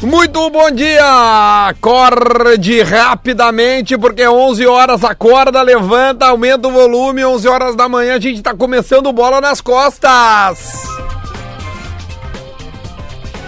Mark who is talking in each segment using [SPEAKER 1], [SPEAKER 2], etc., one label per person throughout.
[SPEAKER 1] Brasil, bom dia! Acorde rapidamente, porque 11 horas acorda, levanta, aumenta o volume. 11 horas da manhã a gente tá começando bola nas costas.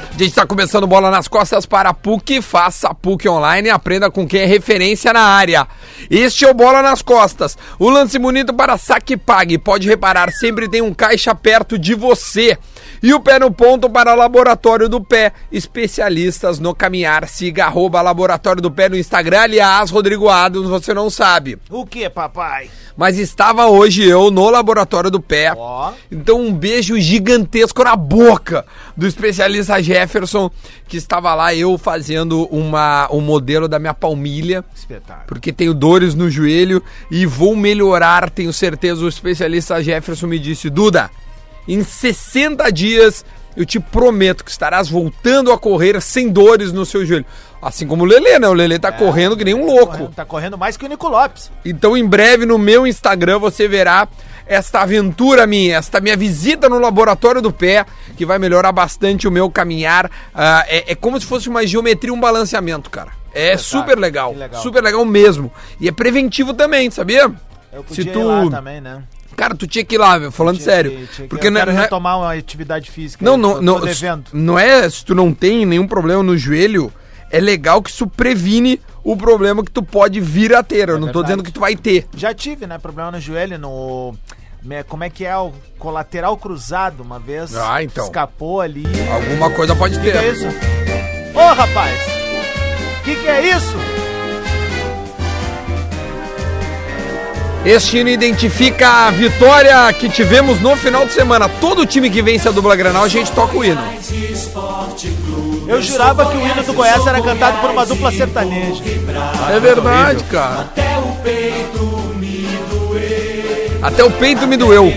[SPEAKER 1] A gente está começando bola nas costas para a PUC, faça a PUC online e aprenda com quem é referência na área. Este é o Bola nas Costas, o lance bonito para saque e pague. Pode reparar, sempre tem um caixa perto de você. E o pé no ponto para Laboratório do Pé, especialistas no caminhar. Siga arroba Laboratório do Pé no Instagram. Aliás, Rodrigo Adams, você não sabe.
[SPEAKER 2] O que, papai?
[SPEAKER 1] Mas estava hoje eu no Laboratório do Pé.
[SPEAKER 2] Ó.
[SPEAKER 1] Então um beijo gigantesco na boca do especialista Jefferson, que estava lá eu fazendo uma, um modelo da minha palmilha,
[SPEAKER 2] Espetáculo.
[SPEAKER 1] porque tenho dores no joelho e vou melhorar, tenho certeza. O especialista Jefferson me disse, Duda, em 60 dias eu te prometo que estarás voltando a correr sem dores no seu joelho. Assim como o Lelê, né? O Lelê tá correndo que nem um louco.
[SPEAKER 2] Correndo- É, tá correndo mais que o Nico Lopes.
[SPEAKER 1] Então, em breve, no meu Instagram, você verá esta aventura minha, esta minha visita no laboratório do pé, que vai melhorar bastante o meu caminhar. Ah, é, é como se fosse uma geometria, um balanceamento, cara. É super legal,
[SPEAKER 2] que legal.
[SPEAKER 1] super legal mesmo. E é preventivo também, sabia?
[SPEAKER 2] Eu podia
[SPEAKER 1] Se
[SPEAKER 2] ir
[SPEAKER 1] tu.
[SPEAKER 2] lá também, né?
[SPEAKER 1] Cara, tu tinha que ir lá, meu, falando
[SPEAKER 2] Tinha
[SPEAKER 1] sério.
[SPEAKER 2] que- tinha que-
[SPEAKER 1] porque
[SPEAKER 2] eu
[SPEAKER 1] não,
[SPEAKER 2] quero
[SPEAKER 1] não é-
[SPEAKER 2] retomar uma atividade física.
[SPEAKER 1] não,
[SPEAKER 2] eu
[SPEAKER 1] não,
[SPEAKER 2] tô-
[SPEAKER 1] não,
[SPEAKER 2] tô devendo.
[SPEAKER 1] não é se tu não tem nenhum problema no joelho, é legal que isso previne o problema que tu pode vir a ter. Eu não tô
[SPEAKER 2] É verdade.
[SPEAKER 1] dizendo que tu vai ter.
[SPEAKER 2] Já tive, né? Problema no joelho, no. me- Como é que é? O colateral cruzado, uma vez.
[SPEAKER 1] Ah, então.
[SPEAKER 2] Escapou ali.
[SPEAKER 1] Alguma coisa pode
[SPEAKER 2] que, que
[SPEAKER 1] ter.
[SPEAKER 2] é isso? Ô, rapaz! Que que é isso?
[SPEAKER 1] Este hino identifica a vitória que tivemos no final de semana. Todo time que vence a dupla Granal, a gente toca o hino.
[SPEAKER 2] Eu jurava que o hino do Goiás era cantado por uma dupla sertaneja.
[SPEAKER 1] É verdade, cara. Até o peito me doeu.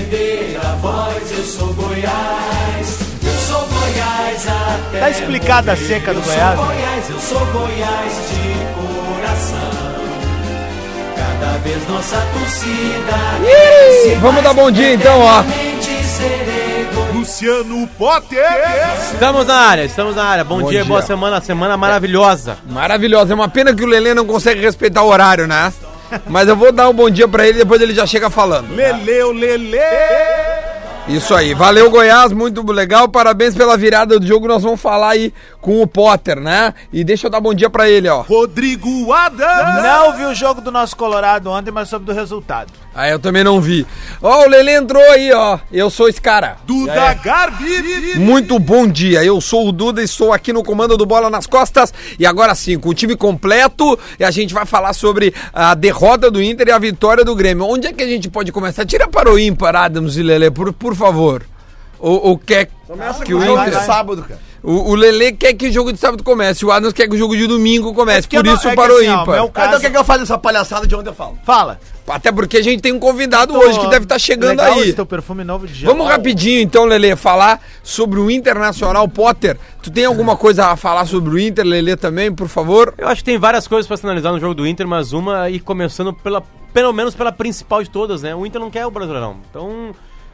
[SPEAKER 2] Tá explicada a seca do Goiás. né?
[SPEAKER 3] Goiás, eu sou Goiás de coração. Cada vez nossa torcida.
[SPEAKER 1] Ih, Vamos dar bom dia então, ó.
[SPEAKER 3] eternamente serei
[SPEAKER 4] Luciano Potter.
[SPEAKER 5] Estamos na área, estamos na área. Bom,
[SPEAKER 1] Bom
[SPEAKER 5] dia,
[SPEAKER 1] dia.
[SPEAKER 5] boa semana, semana maravilhosa.
[SPEAKER 1] Maravilhosa. É uma pena que o Lelê não consegue respeitar o horário, né? Mas eu vou dar um bom dia pra ele, depois ele já chega falando.
[SPEAKER 4] Leleu, Lele.
[SPEAKER 1] Isso aí. Valeu, Goiás. Muito legal. Parabéns pela virada do jogo. Nós vamos falar aí com o Potter, né? E deixa eu dar bom dia pra ele, ó.
[SPEAKER 4] Rodrigo Adams.
[SPEAKER 2] Não vi o jogo do nosso Colorado ontem, mas soube do resultado.
[SPEAKER 1] Ah, eu também não vi. Ó, o Lelê entrou aí, ó. Eu sou esse cara.
[SPEAKER 4] Duda Garbi.
[SPEAKER 1] Muito bom dia, eu sou o Duda e estou aqui no comando do Bola nas Costas. E agora sim, com o time completo, e a gente vai falar sobre a derrota do Inter e a vitória do Grêmio. Onde é que a gente pode começar? Tira para o ímpar, Adams e Lelê, por, por favor. O, o quer que o
[SPEAKER 2] vai,
[SPEAKER 1] Inter...
[SPEAKER 2] vai, vai.
[SPEAKER 4] Sábado, cara.
[SPEAKER 1] O, o Lelê quer que o jogo de sábado comece, o Adams quer que o jogo de domingo comece,
[SPEAKER 2] que
[SPEAKER 1] por
[SPEAKER 2] eu não-
[SPEAKER 1] isso
[SPEAKER 2] é que
[SPEAKER 1] para o
[SPEAKER 2] assim, ó,
[SPEAKER 1] ímpar.
[SPEAKER 2] meu caso-
[SPEAKER 4] Então o que, que eu faço essa palhaçada de onde eu falo?
[SPEAKER 2] Fala.
[SPEAKER 1] Até porque a gente tem um convidado hoje que deve estar chegando
[SPEAKER 2] Legal
[SPEAKER 1] aí.
[SPEAKER 2] esse teu perfume novo de gel.
[SPEAKER 1] Vamos rapidinho então, Lelê, falar sobre o Internacional Potter. Tu tem alguma coisa a falar sobre o Inter, Lelê, também, por favor?
[SPEAKER 5] Eu acho que tem várias coisas pra se analisar no jogo do Inter, mas uma e começando pela, pelo menos pela principal de todas, né? O Inter não quer o Brasileirão. Então,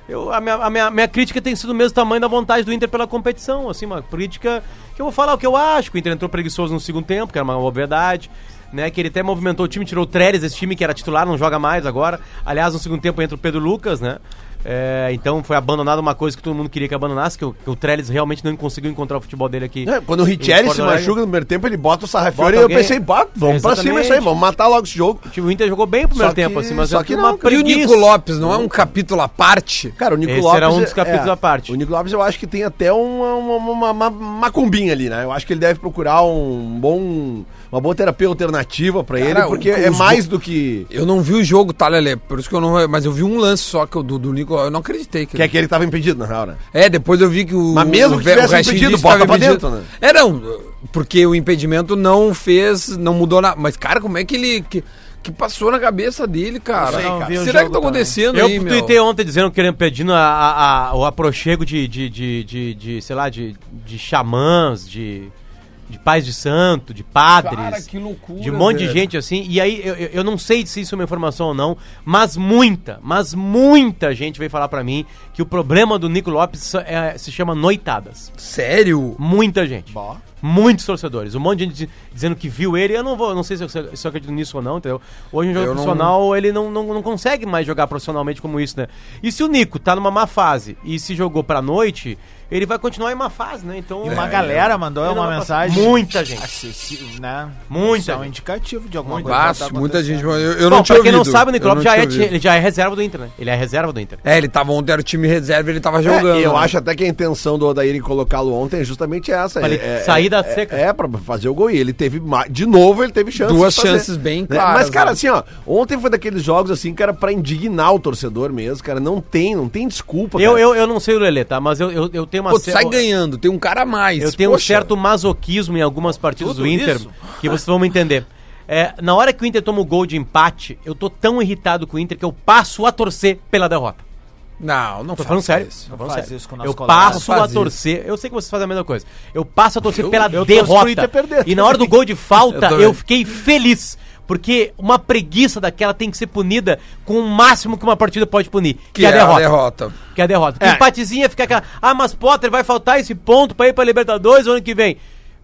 [SPEAKER 5] eu, a, minha, a minha, minha crítica tem sido o mesmo tamanho da vontade do Inter pela competição, assim, uma crítica que eu vou falar o que eu acho, que o Inter entrou preguiçoso no segundo tempo, que era uma obviedade, né? Que ele até movimentou o time, tirou o Trellis, esse time que era titular, não joga mais agora. Aliás, no segundo tempo entra o Pedro Lucas, né? É, então foi abandonada uma coisa que todo mundo queria que abandonasse, que o, que o Trellis realmente não conseguiu encontrar o futebol dele aqui.
[SPEAKER 6] É, Quando o
[SPEAKER 5] Em
[SPEAKER 6] Richelli
[SPEAKER 5] Porto
[SPEAKER 6] se
[SPEAKER 5] Alegre.
[SPEAKER 6] machuca no primeiro tempo, ele bota o
[SPEAKER 5] Bota
[SPEAKER 6] Sarrafiori e eu
[SPEAKER 5] alguém.
[SPEAKER 6] pensei, pá, vamos pra cima isso aí,
[SPEAKER 5] Exatamente.
[SPEAKER 6] vamos matar logo esse jogo.
[SPEAKER 5] Tipo, o Inter jogou bem o primeiro
[SPEAKER 6] Só que-
[SPEAKER 5] tempo, assim, mas
[SPEAKER 6] só
[SPEAKER 5] eu
[SPEAKER 6] que
[SPEAKER 5] tenho
[SPEAKER 6] não,
[SPEAKER 5] uma
[SPEAKER 6] cara.
[SPEAKER 1] E o
[SPEAKER 5] preguiça.
[SPEAKER 1] Nico Lopes, não é um capítulo à parte?
[SPEAKER 6] Cara, o Nico
[SPEAKER 5] Esse
[SPEAKER 6] Lopes.
[SPEAKER 5] era um dos
[SPEAKER 6] é-
[SPEAKER 5] capítulos à parte.
[SPEAKER 6] O Nico Lopes eu acho que tem até uma, uma, uma- uma- uma macumbinha ali, né? Eu acho que ele deve procurar um bom. Uma boa terapia alternativa pra ele,
[SPEAKER 1] Cara,
[SPEAKER 6] porque
[SPEAKER 1] o-
[SPEAKER 6] é
[SPEAKER 1] os
[SPEAKER 6] mais do que.
[SPEAKER 1] Eu não vi o jogo, tá, Lelê? Por isso que eu não. Mas eu vi um lance só que o do, do Nico. Eu não acreditei.
[SPEAKER 6] Que é que ele tava impedido, na real, né?
[SPEAKER 1] É, depois eu vi que o.
[SPEAKER 6] Mas mesmo
[SPEAKER 1] o,
[SPEAKER 6] que
[SPEAKER 1] Ve-
[SPEAKER 6] tivesse
[SPEAKER 1] Restinho
[SPEAKER 6] impedido,
[SPEAKER 1] disse que
[SPEAKER 6] bota
[SPEAKER 1] tava
[SPEAKER 6] pra
[SPEAKER 1] impedido.
[SPEAKER 6] dentro, né?
[SPEAKER 1] É, não, porque o impedimento não fez, não mudou nada. Mas, cara, como é que ele. Que, que passou na cabeça dele, cara?
[SPEAKER 2] Eu não vi o
[SPEAKER 1] Será que tá
[SPEAKER 2] jogo também.
[SPEAKER 1] acontecendo aí,
[SPEAKER 5] Eu
[SPEAKER 1] meu?
[SPEAKER 5] tuitei
[SPEAKER 6] um-
[SPEAKER 5] ontem dizendo que ele pedindo a- a- a- o aprochego de, de, de, de, de, sei lá, de, de xamãs, de, de pais de santo, de padres.
[SPEAKER 1] Cara, que loucura,
[SPEAKER 5] De um monte de
[SPEAKER 1] velho.
[SPEAKER 5] gente assim. E aí, eu, eu- eu não sei se isso é uma informação ou não, mas muita, mas muita gente veio falar pra mim que o problema do Nico Lopes é- se chama noitadas.
[SPEAKER 1] Sério?
[SPEAKER 5] Muita gente. Muitos torcedores. Um monte de gente di- dizendo que viu ele. Eu não vou, não sei se eu, se eu acredito nisso ou não, entendeu? Hoje um jogo
[SPEAKER 1] Eu não-
[SPEAKER 5] profissional, ele não, não, não consegue mais jogar profissionalmente como isso, né? E se o Nico tá numa má fase e se jogou pra noite, ele vai continuar em má fase, né? Então.
[SPEAKER 2] E
[SPEAKER 1] É.
[SPEAKER 2] uma galera mandou
[SPEAKER 5] Ele não
[SPEAKER 2] uma
[SPEAKER 5] vai passar-
[SPEAKER 2] mensagem.
[SPEAKER 5] Muita gente.
[SPEAKER 2] Assim, se- né?
[SPEAKER 5] Muita
[SPEAKER 2] Isso é um
[SPEAKER 5] gente.
[SPEAKER 2] indicativo de alguma coisa.
[SPEAKER 1] Mas,
[SPEAKER 2] que tá
[SPEAKER 1] muita gente.
[SPEAKER 2] acontecendo.
[SPEAKER 1] Eu, eu
[SPEAKER 5] Bom,
[SPEAKER 1] não tinha
[SPEAKER 5] pra quem
[SPEAKER 1] ouvido.
[SPEAKER 5] não sabe, o Nick
[SPEAKER 1] Eu
[SPEAKER 5] Lopes
[SPEAKER 1] não
[SPEAKER 5] já,
[SPEAKER 1] tinha
[SPEAKER 5] é, ti-
[SPEAKER 1] ouvido.
[SPEAKER 5] ele já é reserva do Inter, né? Ele é reserva do Inter.
[SPEAKER 1] É, ele tava ontem, era o time reserva, ele tava jogando.
[SPEAKER 6] É, e eu
[SPEAKER 1] né?
[SPEAKER 6] acho até que a intenção do Odair em colocá-lo ontem é justamente essa.
[SPEAKER 5] Pra ele
[SPEAKER 6] é, é-
[SPEAKER 5] sair da
[SPEAKER 6] é-
[SPEAKER 5] seca.
[SPEAKER 6] É, pra fazer o gol. E ele teve, ma- de novo, ele teve chances.
[SPEAKER 1] Duas
[SPEAKER 6] de fazer.
[SPEAKER 1] chances bem
[SPEAKER 6] Né?
[SPEAKER 1] claras,
[SPEAKER 6] Mas, cara,
[SPEAKER 1] né?
[SPEAKER 6] assim, ó, ontem foi daqueles jogos, assim, cara, pra indignar o torcedor mesmo, cara. Não tem, não tem desculpa,
[SPEAKER 5] Eu,
[SPEAKER 6] cara.
[SPEAKER 5] eu, eu não sei o Lelê, tá? Mas eu, eu, eu tenho uma
[SPEAKER 1] Pô, tu
[SPEAKER 5] cer-
[SPEAKER 1] sai ganhando, tem um cara a mais.
[SPEAKER 5] Eu tenho um
[SPEAKER 1] poxa.
[SPEAKER 5] certo masoquismo em algumas partidas do Inter que vocês vão me entender. É, na hora que o Inter toma o gol de empate, eu tô tão irritado com o Inter que eu passo a torcer pela derrota.
[SPEAKER 1] Não, não
[SPEAKER 5] Tô falando sério.
[SPEAKER 1] isso.
[SPEAKER 5] Tô
[SPEAKER 2] Não
[SPEAKER 5] falando
[SPEAKER 2] faz
[SPEAKER 5] sério.
[SPEAKER 2] isso com o nosso
[SPEAKER 5] eu
[SPEAKER 2] colega.
[SPEAKER 5] passo
[SPEAKER 1] Não
[SPEAKER 5] a
[SPEAKER 1] faz isso.
[SPEAKER 5] torcer. Eu sei que vocês fazem a mesma coisa. Eu passo a torcer pela
[SPEAKER 2] torço pro
[SPEAKER 5] derrota.
[SPEAKER 2] Inter perder
[SPEAKER 5] E na hora do gol de falta,
[SPEAKER 1] Eu
[SPEAKER 5] eu,
[SPEAKER 1] também.
[SPEAKER 5] fiquei feliz. Porque uma preguiça daquela tem que ser punida com o máximo que uma partida pode punir, que,
[SPEAKER 1] Que,
[SPEAKER 5] é a derrota.
[SPEAKER 1] derrota.
[SPEAKER 5] Que é a derrota. Porque Empatezinha fica aquela. Ah, mas Potter, vai faltar esse ponto pra ir pra Libertadores o ano que vem.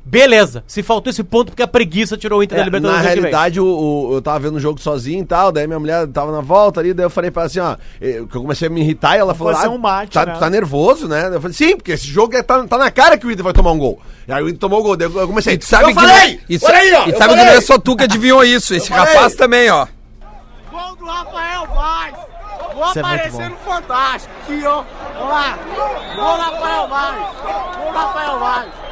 [SPEAKER 5] Beleza, se faltou esse ponto porque a preguiça tirou o Inter
[SPEAKER 6] É,
[SPEAKER 5] da
[SPEAKER 6] na
[SPEAKER 5] Libertadores o ano que vem.
[SPEAKER 6] realidade, o, o- eu tava vendo o jogo sozinho e tal, daí minha mulher tava na volta ali, daí eu falei pra ela assim, ó, eu, que eu comecei a me irritar e ela falou,
[SPEAKER 2] fazer
[SPEAKER 6] ah,
[SPEAKER 2] um mate,
[SPEAKER 6] tá,
[SPEAKER 2] né?"
[SPEAKER 6] tu tá nervoso, né? Daí Eu falei, sim, porque esse jogo é, tá, tá na cara que o Inter vai tomar um gol. E aí o Inter tomou o gol, daí eu eu comecei,
[SPEAKER 1] E tu sabe
[SPEAKER 6] eu
[SPEAKER 1] que
[SPEAKER 6] falei!
[SPEAKER 1] não, é- e sa-
[SPEAKER 6] olha aí,
[SPEAKER 1] e
[SPEAKER 6] ó, eu
[SPEAKER 1] sabe que
[SPEAKER 6] falei!
[SPEAKER 1] não é só tu que adivinhou isso, esse
[SPEAKER 6] falei.
[SPEAKER 1] rapaz também, ó.
[SPEAKER 7] Gol do Rafael Vaz! Gol
[SPEAKER 2] Isso é muito
[SPEAKER 7] aparecendo fantástico! Aqui, ó! Olha lá! Gol do Rafael Vaz! Gol do Rafael Vaz!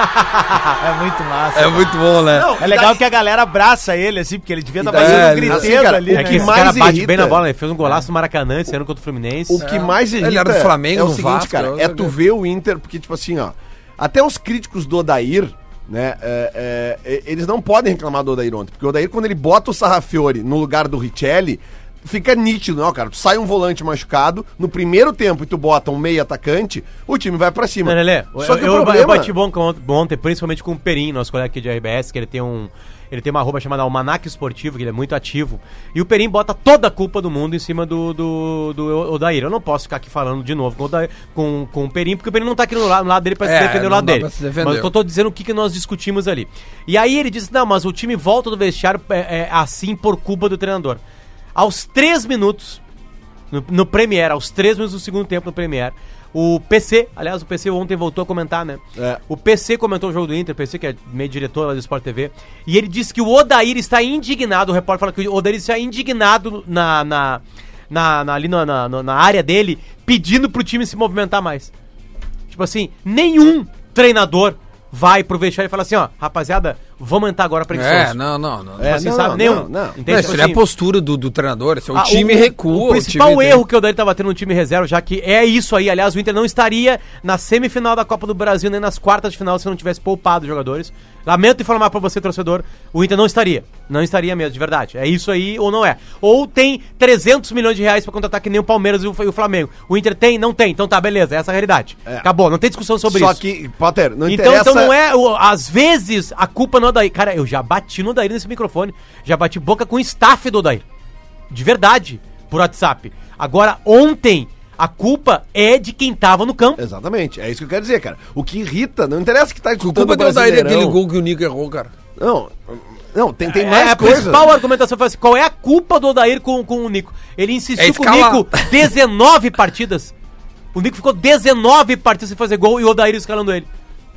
[SPEAKER 2] É muito massa.
[SPEAKER 1] É muito bom, né?
[SPEAKER 6] Não,
[SPEAKER 2] É legal
[SPEAKER 6] daí-
[SPEAKER 2] que a galera abraça ele, assim, porque ele devia estar
[SPEAKER 6] daí,
[SPEAKER 2] fazendo um
[SPEAKER 1] ele-
[SPEAKER 2] griteiro
[SPEAKER 6] assim, cara,
[SPEAKER 2] ali,
[SPEAKER 6] o
[SPEAKER 5] É
[SPEAKER 2] né?
[SPEAKER 5] que esse
[SPEAKER 6] mais
[SPEAKER 5] cara bate
[SPEAKER 6] irrita-
[SPEAKER 5] bem na bola, né? Fez um golaço no Maracanã esse ano contra o Fluminense.
[SPEAKER 6] O que mais irrita
[SPEAKER 1] Ele era do Flamengo,
[SPEAKER 6] é o
[SPEAKER 1] do
[SPEAKER 6] seguinte,
[SPEAKER 1] Vasco,
[SPEAKER 6] cara,
[SPEAKER 1] eu-
[SPEAKER 6] é tu ver o Inter, porque, tipo assim, ó, até os críticos do Odair, né, é, é, e- eles não podem reclamar do Odair ontem, porque o Odair, quando ele bota o Sarrafiore no lugar do Richelli, fica nítido, não, cara, tu sai um volante machucado, no primeiro tempo e tu bota um meio atacante, o time vai pra cima.
[SPEAKER 5] Não, Lelê,
[SPEAKER 6] Só que
[SPEAKER 5] eu,
[SPEAKER 6] o
[SPEAKER 5] eu-
[SPEAKER 6] problema...
[SPEAKER 5] eu bati bom com- ontem, principalmente com o Perim, nosso colega aqui de RBS, que ele tem um. Ele tem uma roupa chamada Almanac Esportivo, que ele é muito ativo. E o Perim bota toda a culpa do mundo em cima do, do, do Odair. Eu não posso ficar aqui falando de novo com o, Odair- com, com o Perim, porque o Perim não tá aqui no lado, no lado dele pra
[SPEAKER 1] É,
[SPEAKER 5] se defender o
[SPEAKER 1] não
[SPEAKER 5] lado
[SPEAKER 1] dá
[SPEAKER 5] dele.
[SPEAKER 1] pra se defender.
[SPEAKER 5] Mas eu tô, tô dizendo o que, que nós discutimos ali. E aí ele disse: não, mas o time volta do vestiário é, é, assim por culpa do treinador. Aos três minutos, no, no Premier, aos três minutos do segundo tempo no Premier. O PC, aliás, o PC ontem voltou a comentar, né?
[SPEAKER 6] É.
[SPEAKER 5] O PC comentou o jogo do Inter, PC, que é meio diretor lá do Sport TV, e ele disse que o Odair está indignado, o repórter fala que o Odair está indignado na, na, na, na- ali na, na, na área dele, pedindo pro time se movimentar mais. Tipo assim, nenhum treinador vai pro vestiário e fala assim, ó, rapaziada, vamos aumentar agora a preguições.
[SPEAKER 1] É, não, não, não.
[SPEAKER 6] É,
[SPEAKER 5] Tipo assim,
[SPEAKER 6] não,
[SPEAKER 5] sabe?
[SPEAKER 6] não,
[SPEAKER 5] nenhum.
[SPEAKER 6] não, não.
[SPEAKER 5] Entende?
[SPEAKER 1] Não,
[SPEAKER 5] Tipo
[SPEAKER 1] isso não é
[SPEAKER 5] assim,
[SPEAKER 1] a postura do, do treinador. Isso é o
[SPEAKER 5] ah,
[SPEAKER 1] time recua.
[SPEAKER 5] O principal
[SPEAKER 1] time
[SPEAKER 5] erro que o Dani tava tendo no time reserva, já que é isso aí. Aliás, o Inter não estaria na semifinal da Copa do Brasil nem nas quartas de final se não tivesse poupado os jogadores. Lamento informar pra você, torcedor, o Inter não estaria. Não estaria mesmo, de verdade. É isso aí ou não é. Ou tem 300 milhões de reais pra contratar que nem o Palmeiras e o, e o Flamengo. O Inter tem? Não tem. Então tá, beleza. Essa é a realidade.
[SPEAKER 6] É.
[SPEAKER 5] Acabou. Não tem discussão sobre
[SPEAKER 6] Só
[SPEAKER 5] isso.
[SPEAKER 6] que, Potter, não
[SPEAKER 5] Então, então não é. o- às vezes a culpa não é do Odair. Cara, eu já bati no Odair nesse microfone. Já bati boca com o staff do Odair. De verdade. Por WhatsApp. Agora, ontem, a culpa é de quem tava no campo.
[SPEAKER 6] Exatamente, é isso que eu quero dizer, cara. O que irrita, não interessa que tá
[SPEAKER 1] O
[SPEAKER 6] escutando
[SPEAKER 5] é
[SPEAKER 1] culpa deu da ele é
[SPEAKER 6] Brasileirão.
[SPEAKER 1] aquele gol que o Nico errou, cara.
[SPEAKER 6] Não, não, tem, tem
[SPEAKER 5] É,
[SPEAKER 6] mais
[SPEAKER 5] a
[SPEAKER 6] coisas.
[SPEAKER 5] principal argumentação foi assim: qual é a culpa do Odair com, com o Nico? Ele insistiu
[SPEAKER 1] É
[SPEAKER 5] com o
[SPEAKER 1] escalar.
[SPEAKER 5] Nico 19 partidas. O Nico ficou 19 partidas sem fazer gol e o Odair escalando ele.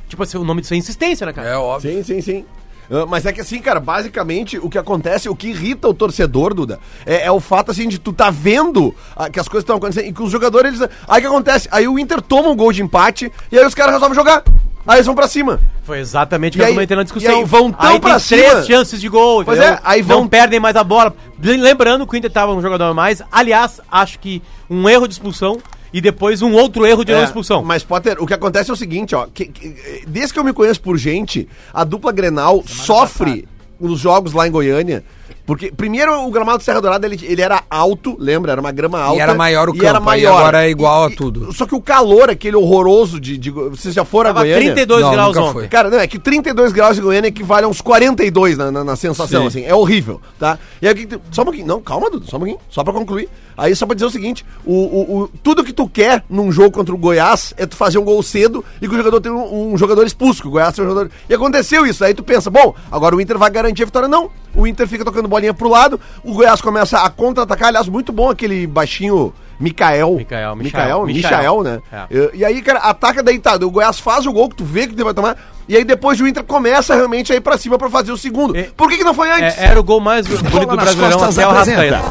[SPEAKER 5] Tipo assim, o nome disso é insistência, né, cara?
[SPEAKER 1] É óbvio.
[SPEAKER 6] Sim, sim, sim. Ah, Mas é que assim, cara, basicamente o que acontece, o que irrita o torcedor, Duda, é, é o fato assim de tu tá vendo ah, que as coisas estão acontecendo e que os jogadores. eles- Aí o que acontece? Aí o Inter toma um gol de empate e aí os caras resolvem jogar. Aí eles vão pra cima.
[SPEAKER 5] Foi exatamente o
[SPEAKER 6] E
[SPEAKER 5] que eu
[SPEAKER 6] aí-
[SPEAKER 5] comentei na discussão.
[SPEAKER 6] e aí vão tão
[SPEAKER 5] Aí
[SPEAKER 6] pra
[SPEAKER 5] tem
[SPEAKER 6] cima.
[SPEAKER 5] três chances de gol.
[SPEAKER 6] Pois
[SPEAKER 5] entendeu?
[SPEAKER 6] é, aí
[SPEAKER 5] Não
[SPEAKER 6] vão-
[SPEAKER 5] perdem mais a bola. Lembrando que o Inter tava um jogador a mais. Aliás, acho que um erro de expulsão e depois um outro erro de não
[SPEAKER 6] É,
[SPEAKER 5] expulsão.
[SPEAKER 6] Mas, Potter, o que acontece é o seguinte, ó. que- que- desde que eu me conheço por gente, a dupla Grenal sofre nos jogos lá em Goiânia Porque, primeiro, o gramado do Serra Dourada, ele, ele era alto, lembra? Era uma grama alta.
[SPEAKER 1] era maior o
[SPEAKER 6] e
[SPEAKER 1] campo,
[SPEAKER 6] era
[SPEAKER 1] aí
[SPEAKER 6] maior.
[SPEAKER 1] agora é igual
[SPEAKER 6] E-
[SPEAKER 1] a
[SPEAKER 6] e-
[SPEAKER 1] tudo.
[SPEAKER 6] só que o calor, aquele horroroso de... de Go- vocês já foram a
[SPEAKER 5] Tava
[SPEAKER 6] Goiânia?
[SPEAKER 5] 32
[SPEAKER 1] Não,
[SPEAKER 5] graus
[SPEAKER 1] nunca
[SPEAKER 5] ontem.
[SPEAKER 1] foi.
[SPEAKER 6] Cara, não, é que 32 graus de Goiânia equivale a uns 42 na, na, na sensação, assim. É horrível, tá? E aí, o que que tu- só um pouquinho. Não, calma, Dudu, só um pouquinho. Só pra concluir. Aí, só pra dizer o seguinte: o, o, o- tudo que tu quer num jogo contra o Goiás é tu fazer um gol cedo e que o jogador tem um, um jogador expulso, que o Goiás tem um jogador. E aconteceu isso. Aí tu pensa, bom, agora o Inter vai garantir a vitória. Não. O Inter fica tocando bolinha pro lado, o Goiás começa a contra-atacar. Aliás, muito bom aquele baixinho. Micael.
[SPEAKER 5] Micael,
[SPEAKER 6] Micael,
[SPEAKER 5] Michael.
[SPEAKER 6] Michael, né?
[SPEAKER 5] É.
[SPEAKER 6] Eu- e aí, cara, ataca daí, tá, o Goiás faz o gol que tu vê que tu vai tomar, e aí depois o Inter começa realmente a ir pra cima pra fazer o segundo.
[SPEAKER 5] E-
[SPEAKER 6] Por que, que não foi antes?
[SPEAKER 5] É, era o gol mais bonito do Brasileirão até o Rascaeta.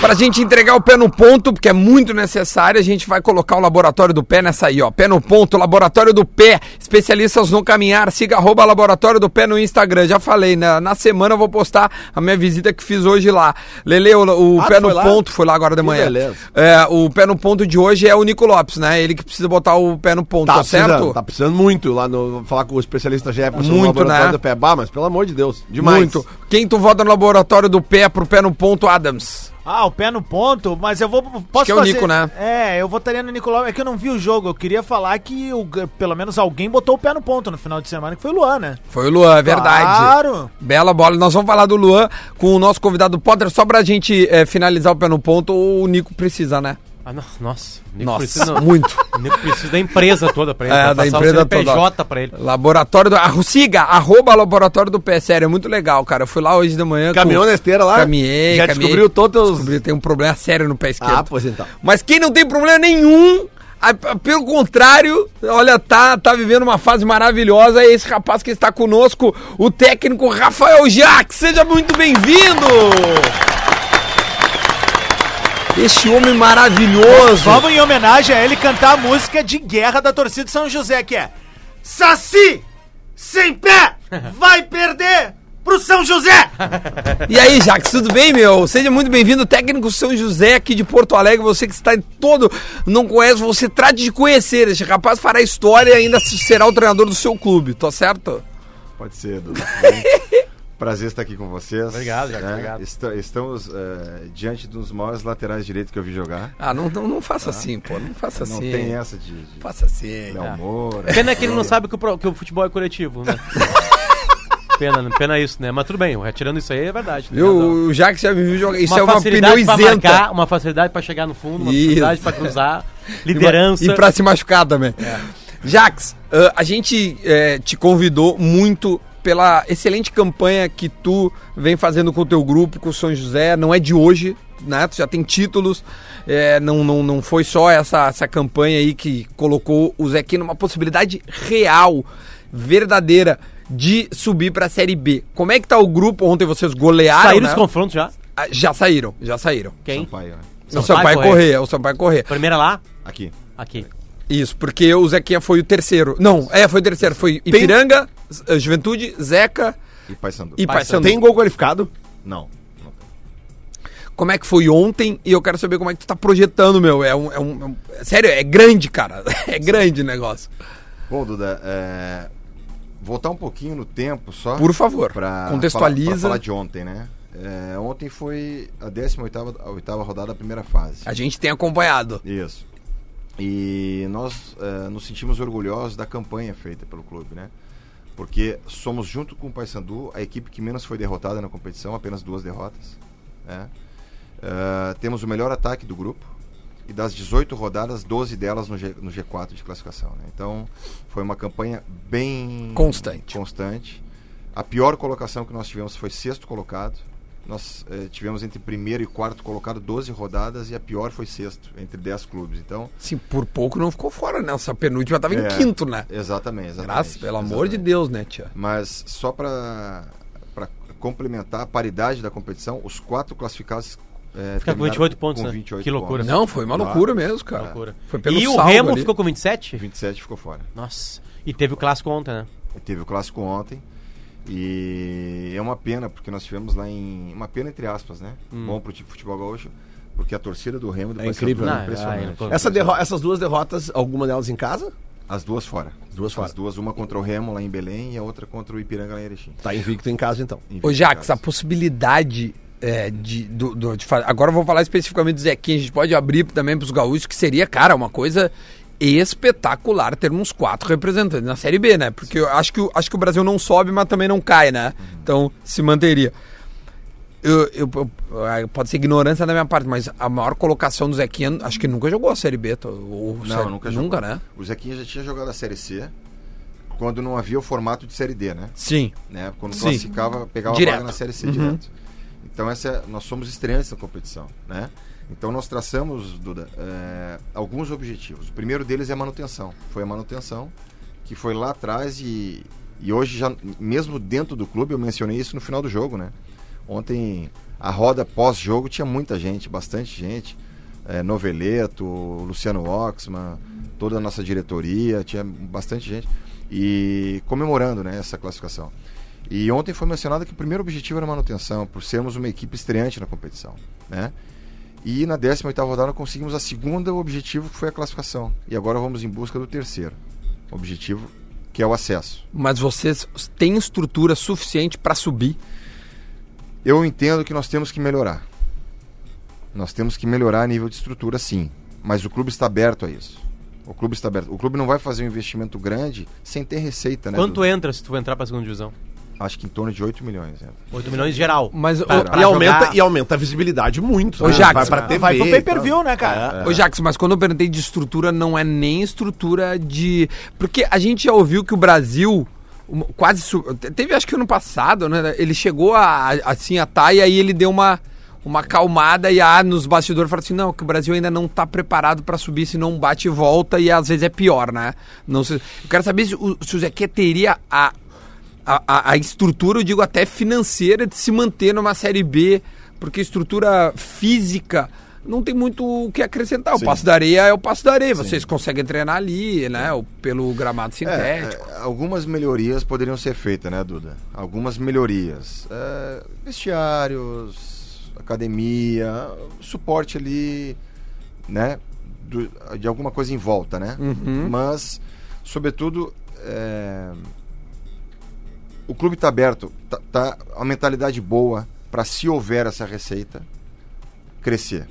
[SPEAKER 1] Pra gente entregar o pé no ponto, porque é muito necessário, a gente vai colocar o Laboratório do Pé nessa aí, ó. Pé no ponto, Laboratório do Pé, especialistas no caminhar. Siga arroba Laboratório do Pé no Instagram. Já falei, né? na, na semana eu vou postar a minha visita que fiz hoje lá. Lele, o, o
[SPEAKER 6] Ah,
[SPEAKER 1] Pé
[SPEAKER 6] tu
[SPEAKER 1] no
[SPEAKER 6] foi lá?
[SPEAKER 1] Ponto, foi lá agora de
[SPEAKER 6] Que
[SPEAKER 1] manhã.
[SPEAKER 6] beleza.
[SPEAKER 1] É, o Pé no Ponto de hoje é o Nico Lopes, né? Ele que precisa botar o pé no ponto, tá, certo?
[SPEAKER 6] Precisando, tá precisando muito lá no falar com o especialista Jefferson no
[SPEAKER 1] Muito,
[SPEAKER 6] laboratório
[SPEAKER 1] né?
[SPEAKER 6] do Pebá, mas pelo amor de Deus, demais.
[SPEAKER 1] Muito. Quem tu vota no Laboratório do Pé pro Pé no Ponto, Adams?
[SPEAKER 2] Ah, o pé no ponto, mas eu vou. Posso
[SPEAKER 1] que é o Nico, né?
[SPEAKER 2] É, eu votaria no Nicolau. É que eu não vi o jogo. Eu queria falar que o, pelo menos alguém botou o pé no ponto no final de semana, que foi o Luan, né?
[SPEAKER 1] Foi o Luan, é verdade.
[SPEAKER 6] Ah,
[SPEAKER 2] Claro.
[SPEAKER 1] Bela bola. Nós vamos falar do Luan com o nosso convidado Potter, só pra gente eh, finalizar o pé no ponto, o Nico precisa, né?
[SPEAKER 5] Ah, no- nossa, o Nico
[SPEAKER 1] Nossa,
[SPEAKER 5] precisa,
[SPEAKER 1] muito.
[SPEAKER 5] o Nico precisa da empresa toda pra ele.
[SPEAKER 1] É,
[SPEAKER 5] pra
[SPEAKER 1] da
[SPEAKER 5] passar o
[SPEAKER 1] empresa toda.
[SPEAKER 5] CNPJ pra ele.
[SPEAKER 1] Laboratório do. Ah, siga, arroba laboratório do pé, sério, é muito legal, cara. Eu fui lá hoje de manhã.
[SPEAKER 6] Caminhou na esteira lá?
[SPEAKER 1] Caminhei,
[SPEAKER 6] Já
[SPEAKER 1] caminhei.
[SPEAKER 6] descobriu todos os-
[SPEAKER 1] Descobri, tem um problema sério no pé esquerdo.
[SPEAKER 6] Ah, pois então.
[SPEAKER 1] Mas quem não tem problema nenhum, a- a- pelo contrário, olha, tá, tá vivendo uma fase maravilhosa. É esse rapaz que está conosco, o técnico Rafael Jacques. Seja muito bem-vindo! Este homem maravilhoso.
[SPEAKER 2] Vamos em homenagem a ele cantar a música de guerra da torcida de São José, que é Saci, sem pé, vai perder pro São José!
[SPEAKER 1] E aí, Jax, tudo bem, meu? Seja muito bem-vindo, técnico São José aqui de Porto Alegre. Você que está em todo, não conhece, você trate de conhecer. Esse rapaz fará história e ainda será o treinador do seu clube, tá certo?
[SPEAKER 8] Pode ser, Dudu. Prazer estar aqui com vocês.
[SPEAKER 5] Obrigado, Jacques,
[SPEAKER 8] Né?
[SPEAKER 5] obrigado.
[SPEAKER 8] Esta- estamos eh, diante dos maiores laterais direitos que eu vi jogar.
[SPEAKER 1] Ah, não, não, não faça assim, pô, não faça assim.
[SPEAKER 8] Não tem essa de, de
[SPEAKER 1] Faça
[SPEAKER 5] É.
[SPEAKER 1] assim.
[SPEAKER 8] Léo Moura.
[SPEAKER 5] Pena que ele não sabe que o, pro- que o futebol é coletivo, né? pena, né? pena isso, né? Mas tudo bem, tirando isso aí é verdade. tem
[SPEAKER 1] Viu?
[SPEAKER 5] razão.
[SPEAKER 1] O Jax já me viu jogar. Isso
[SPEAKER 5] uma
[SPEAKER 1] é uma
[SPEAKER 5] facilidade
[SPEAKER 1] pneu
[SPEAKER 5] pra
[SPEAKER 1] isenta.
[SPEAKER 5] marcar, uma facilidade pra chegar no fundo, uma
[SPEAKER 1] Isso.
[SPEAKER 5] facilidade pra cruzar,
[SPEAKER 1] E pra-
[SPEAKER 5] liderança. É.
[SPEAKER 1] E pra se machucar também. Jax, ah, a gente eh, te convidou muito pela excelente campanha que tu vem fazendo com o teu grupo, com o São José. Não é de hoje, né? Tu já tem títulos. eh, não, não, não foi só essa, essa campanha aí que colocou o Zequinha numa possibilidade real, verdadeira, de subir pra Série B. Como é que tá o grupo? Ontem vocês golearam,
[SPEAKER 5] Saíram
[SPEAKER 1] né?
[SPEAKER 5] os confrontos já?
[SPEAKER 1] Ah, Já saíram, já saíram.
[SPEAKER 5] Quem?
[SPEAKER 8] Sampaio, né?
[SPEAKER 1] O Sampaio
[SPEAKER 5] Correia.
[SPEAKER 1] Correia, o Sampaio Correia.
[SPEAKER 5] Primeira lá?
[SPEAKER 8] Aqui.
[SPEAKER 5] Aqui.
[SPEAKER 1] Isso, porque o Zequinha foi o terceiro. Não, é, foi o terceiro. Foi Ipiranga, Z- Juventude, Zeca
[SPEAKER 8] E Paysandu.
[SPEAKER 1] e Paysandu.
[SPEAKER 6] Tem gol qualificado?
[SPEAKER 8] Não. não.
[SPEAKER 1] Como é que foi ontem? E eu quero saber como é que tu tá projetando, meu. É um. é um- é um- é sério, é grande, cara. É grande o negócio.
[SPEAKER 8] Bom, Duda, eh, voltar um pouquinho no tempo só.
[SPEAKER 1] Por favor,
[SPEAKER 8] pra
[SPEAKER 1] contextualiza.
[SPEAKER 8] Falar, pra falar de ontem, né? Eh, ontem foi a 18ª a oitava rodada da primeira fase.
[SPEAKER 1] A gente tem acompanhado.
[SPEAKER 8] Isso. E nós eh, nos sentimos orgulhosos da campanha feita pelo clube, né? Porque somos, junto com o Paysandu, a equipe que menos foi derrotada na competição, apenas duas derrotas. né? Eh, temos o melhor ataque do grupo e das 18 rodadas, 12 delas no, G, no G4 de classificação. Né? Então, foi uma campanha bem
[SPEAKER 1] Constante.
[SPEAKER 8] constante. A pior colocação que nós tivemos foi sexto colocado. Nós eh, tivemos entre primeiro e quarto colocado 12 rodadas e a pior foi sexto, entre 10 clubes. Então,
[SPEAKER 1] Sim, por pouco não ficou fora, né? Essa penúltima tava em
[SPEAKER 8] É.
[SPEAKER 1] quinto, né?
[SPEAKER 8] exatamente, exatamente.
[SPEAKER 1] Graças, pelo amor de
[SPEAKER 8] exatamente.
[SPEAKER 1] Deus, né, tia?
[SPEAKER 8] Mas só para complementar a paridade da competição, os quatro classificados. eh,
[SPEAKER 5] Fica com
[SPEAKER 8] terminaram
[SPEAKER 5] 28 pontos, né?
[SPEAKER 8] 28
[SPEAKER 5] Que loucura.
[SPEAKER 8] pontos.
[SPEAKER 1] Não, foi uma loucura mesmo, cara.
[SPEAKER 5] Loucura.
[SPEAKER 1] Foi pelo
[SPEAKER 5] e o
[SPEAKER 1] saldo
[SPEAKER 5] Remo
[SPEAKER 1] ali.
[SPEAKER 5] ficou com 27?
[SPEAKER 8] 27 ficou fora.
[SPEAKER 5] Nossa. E teve o clássico ontem, né?
[SPEAKER 8] Teve o clássico ontem. E é uma pena, porque nós tivemos lá em. Uma pena entre aspas, né?
[SPEAKER 1] Hum.
[SPEAKER 8] Bom pro tipo futebol gaúcho, porque a torcida do Remo e do
[SPEAKER 6] É
[SPEAKER 8] Paysandu
[SPEAKER 6] incrível,
[SPEAKER 8] é
[SPEAKER 5] né? Ah, é,
[SPEAKER 8] impressionante.
[SPEAKER 5] é, é.
[SPEAKER 6] Essa derro- essas duas derrotas, alguma delas em casa?
[SPEAKER 8] As duas fora. As
[SPEAKER 6] duas fora.
[SPEAKER 8] As duas, uma contra o Remo lá em Belém e a outra contra o Ipiranga lá em Erechim.
[SPEAKER 6] Tá invicto em casa, então.
[SPEAKER 8] Em
[SPEAKER 1] Ô,
[SPEAKER 8] 20
[SPEAKER 1] Jax, a
[SPEAKER 8] casos.
[SPEAKER 1] possibilidade é, de, do, do- de fa- Agora eu vou falar especificamente do Zequinha, a gente pode abrir também pros gaúchos, que seria, cara, uma coisa espetacular ter uns quatro representantes na Série B, né? Porque eu acho que, o- acho que o Brasil não sobe, mas também não cai, né?
[SPEAKER 8] Uhum.
[SPEAKER 1] Então, se manteria. Eu, eu- eu- ah, pode ser ignorância da minha parte, mas a maior colocação do Zequinha, acho que nunca jogou a Série B. tô- ou,
[SPEAKER 8] Não,
[SPEAKER 1] série-
[SPEAKER 8] nunca jogou.
[SPEAKER 1] Nunca, né?
[SPEAKER 8] O Zequinha já tinha jogado a Série C quando não havia o formato de Série D, né?
[SPEAKER 1] Sim.
[SPEAKER 8] né? Quando
[SPEAKER 1] Sim.
[SPEAKER 8] classificava, pegava
[SPEAKER 1] Direto. Uhum.
[SPEAKER 8] a vaga na Série C direto. Então essa, nós somos estreantes na competição, né? Então nós traçamos, Duda, eh, alguns objetivos. O primeiro deles é a manutenção. Foi a manutenção que foi lá atrás e, e hoje já mesmo dentro do clube eu mencionei isso no final do jogo, né? Ontem a roda pós-jogo tinha muita gente, bastante gente. Eh, Noveleto, Luciano Oxman, toda a nossa diretoria, tinha bastante gente. E comemorando né, essa classificação. E ontem foi mencionado que o primeiro objetivo era manutenção, por sermos uma equipe estreante na competição. Né? E na 18ª rodada conseguimos a segunda objetivo, que foi a classificação. E agora vamos em busca do terceiro objetivo, que é o acesso.
[SPEAKER 1] Mas vocês têm estrutura suficiente pra subir.
[SPEAKER 8] Eu entendo que nós temos que melhorar. Nós temos que melhorar a nível de estrutura, sim. Mas o clube está aberto a isso. O clube está aberto. O clube não vai fazer um investimento grande sem ter receita, né?
[SPEAKER 5] Quanto é?
[SPEAKER 8] Dudu?
[SPEAKER 5] entra se tu for entrar pra segunda divisão?
[SPEAKER 8] Acho que em torno de 8 milhões. Né?
[SPEAKER 5] 8 milhões geral.
[SPEAKER 1] Mas,
[SPEAKER 5] Pra-
[SPEAKER 1] ô,
[SPEAKER 5] pra
[SPEAKER 6] e,
[SPEAKER 5] jogar-
[SPEAKER 6] aumenta, e aumenta a visibilidade muito. né?
[SPEAKER 1] Ô, Jackson,
[SPEAKER 6] vai pra TV.
[SPEAKER 2] Vai pro
[SPEAKER 6] e
[SPEAKER 2] pay per
[SPEAKER 6] tal.
[SPEAKER 8] então.
[SPEAKER 2] view, né,
[SPEAKER 8] É.
[SPEAKER 2] cara?
[SPEAKER 1] Ô, Jax, mas quando eu perguntei de estrutura, não é nem estrutura de. Porque a gente já ouviu que o Brasil. um, Quase. su- te- Teve, acho que ano passado, né? Ele chegou a, a- assim a tá e aí ele deu uma, uma acalmada e a nos bastidores falaram assim: não, que o Brasil ainda não tá preparado pra subir, se não bate e volta e às vezes é pior, né? Não sei, eu quero saber se o, se o Zequinha teria a, a, a- a estrutura, eu digo até financeira, de se manter numa Série B, porque estrutura física não tem muito o que acrescentar. O passo da areia é o passo da areia, vocês conseguem treinar ali, né? ou Pelo gramado
[SPEAKER 8] É,
[SPEAKER 1] sintético.
[SPEAKER 8] é, algumas melhorias poderiam ser feitas, né, Duda? Algumas melhorias. É, vestiários, academia, suporte ali, né? do- de alguma coisa em volta, né?
[SPEAKER 1] Uhum.
[SPEAKER 8] Mas, sobretudo, é, o clube está aberto, tá, tá a mentalidade boa para se houver essa receita, crescer.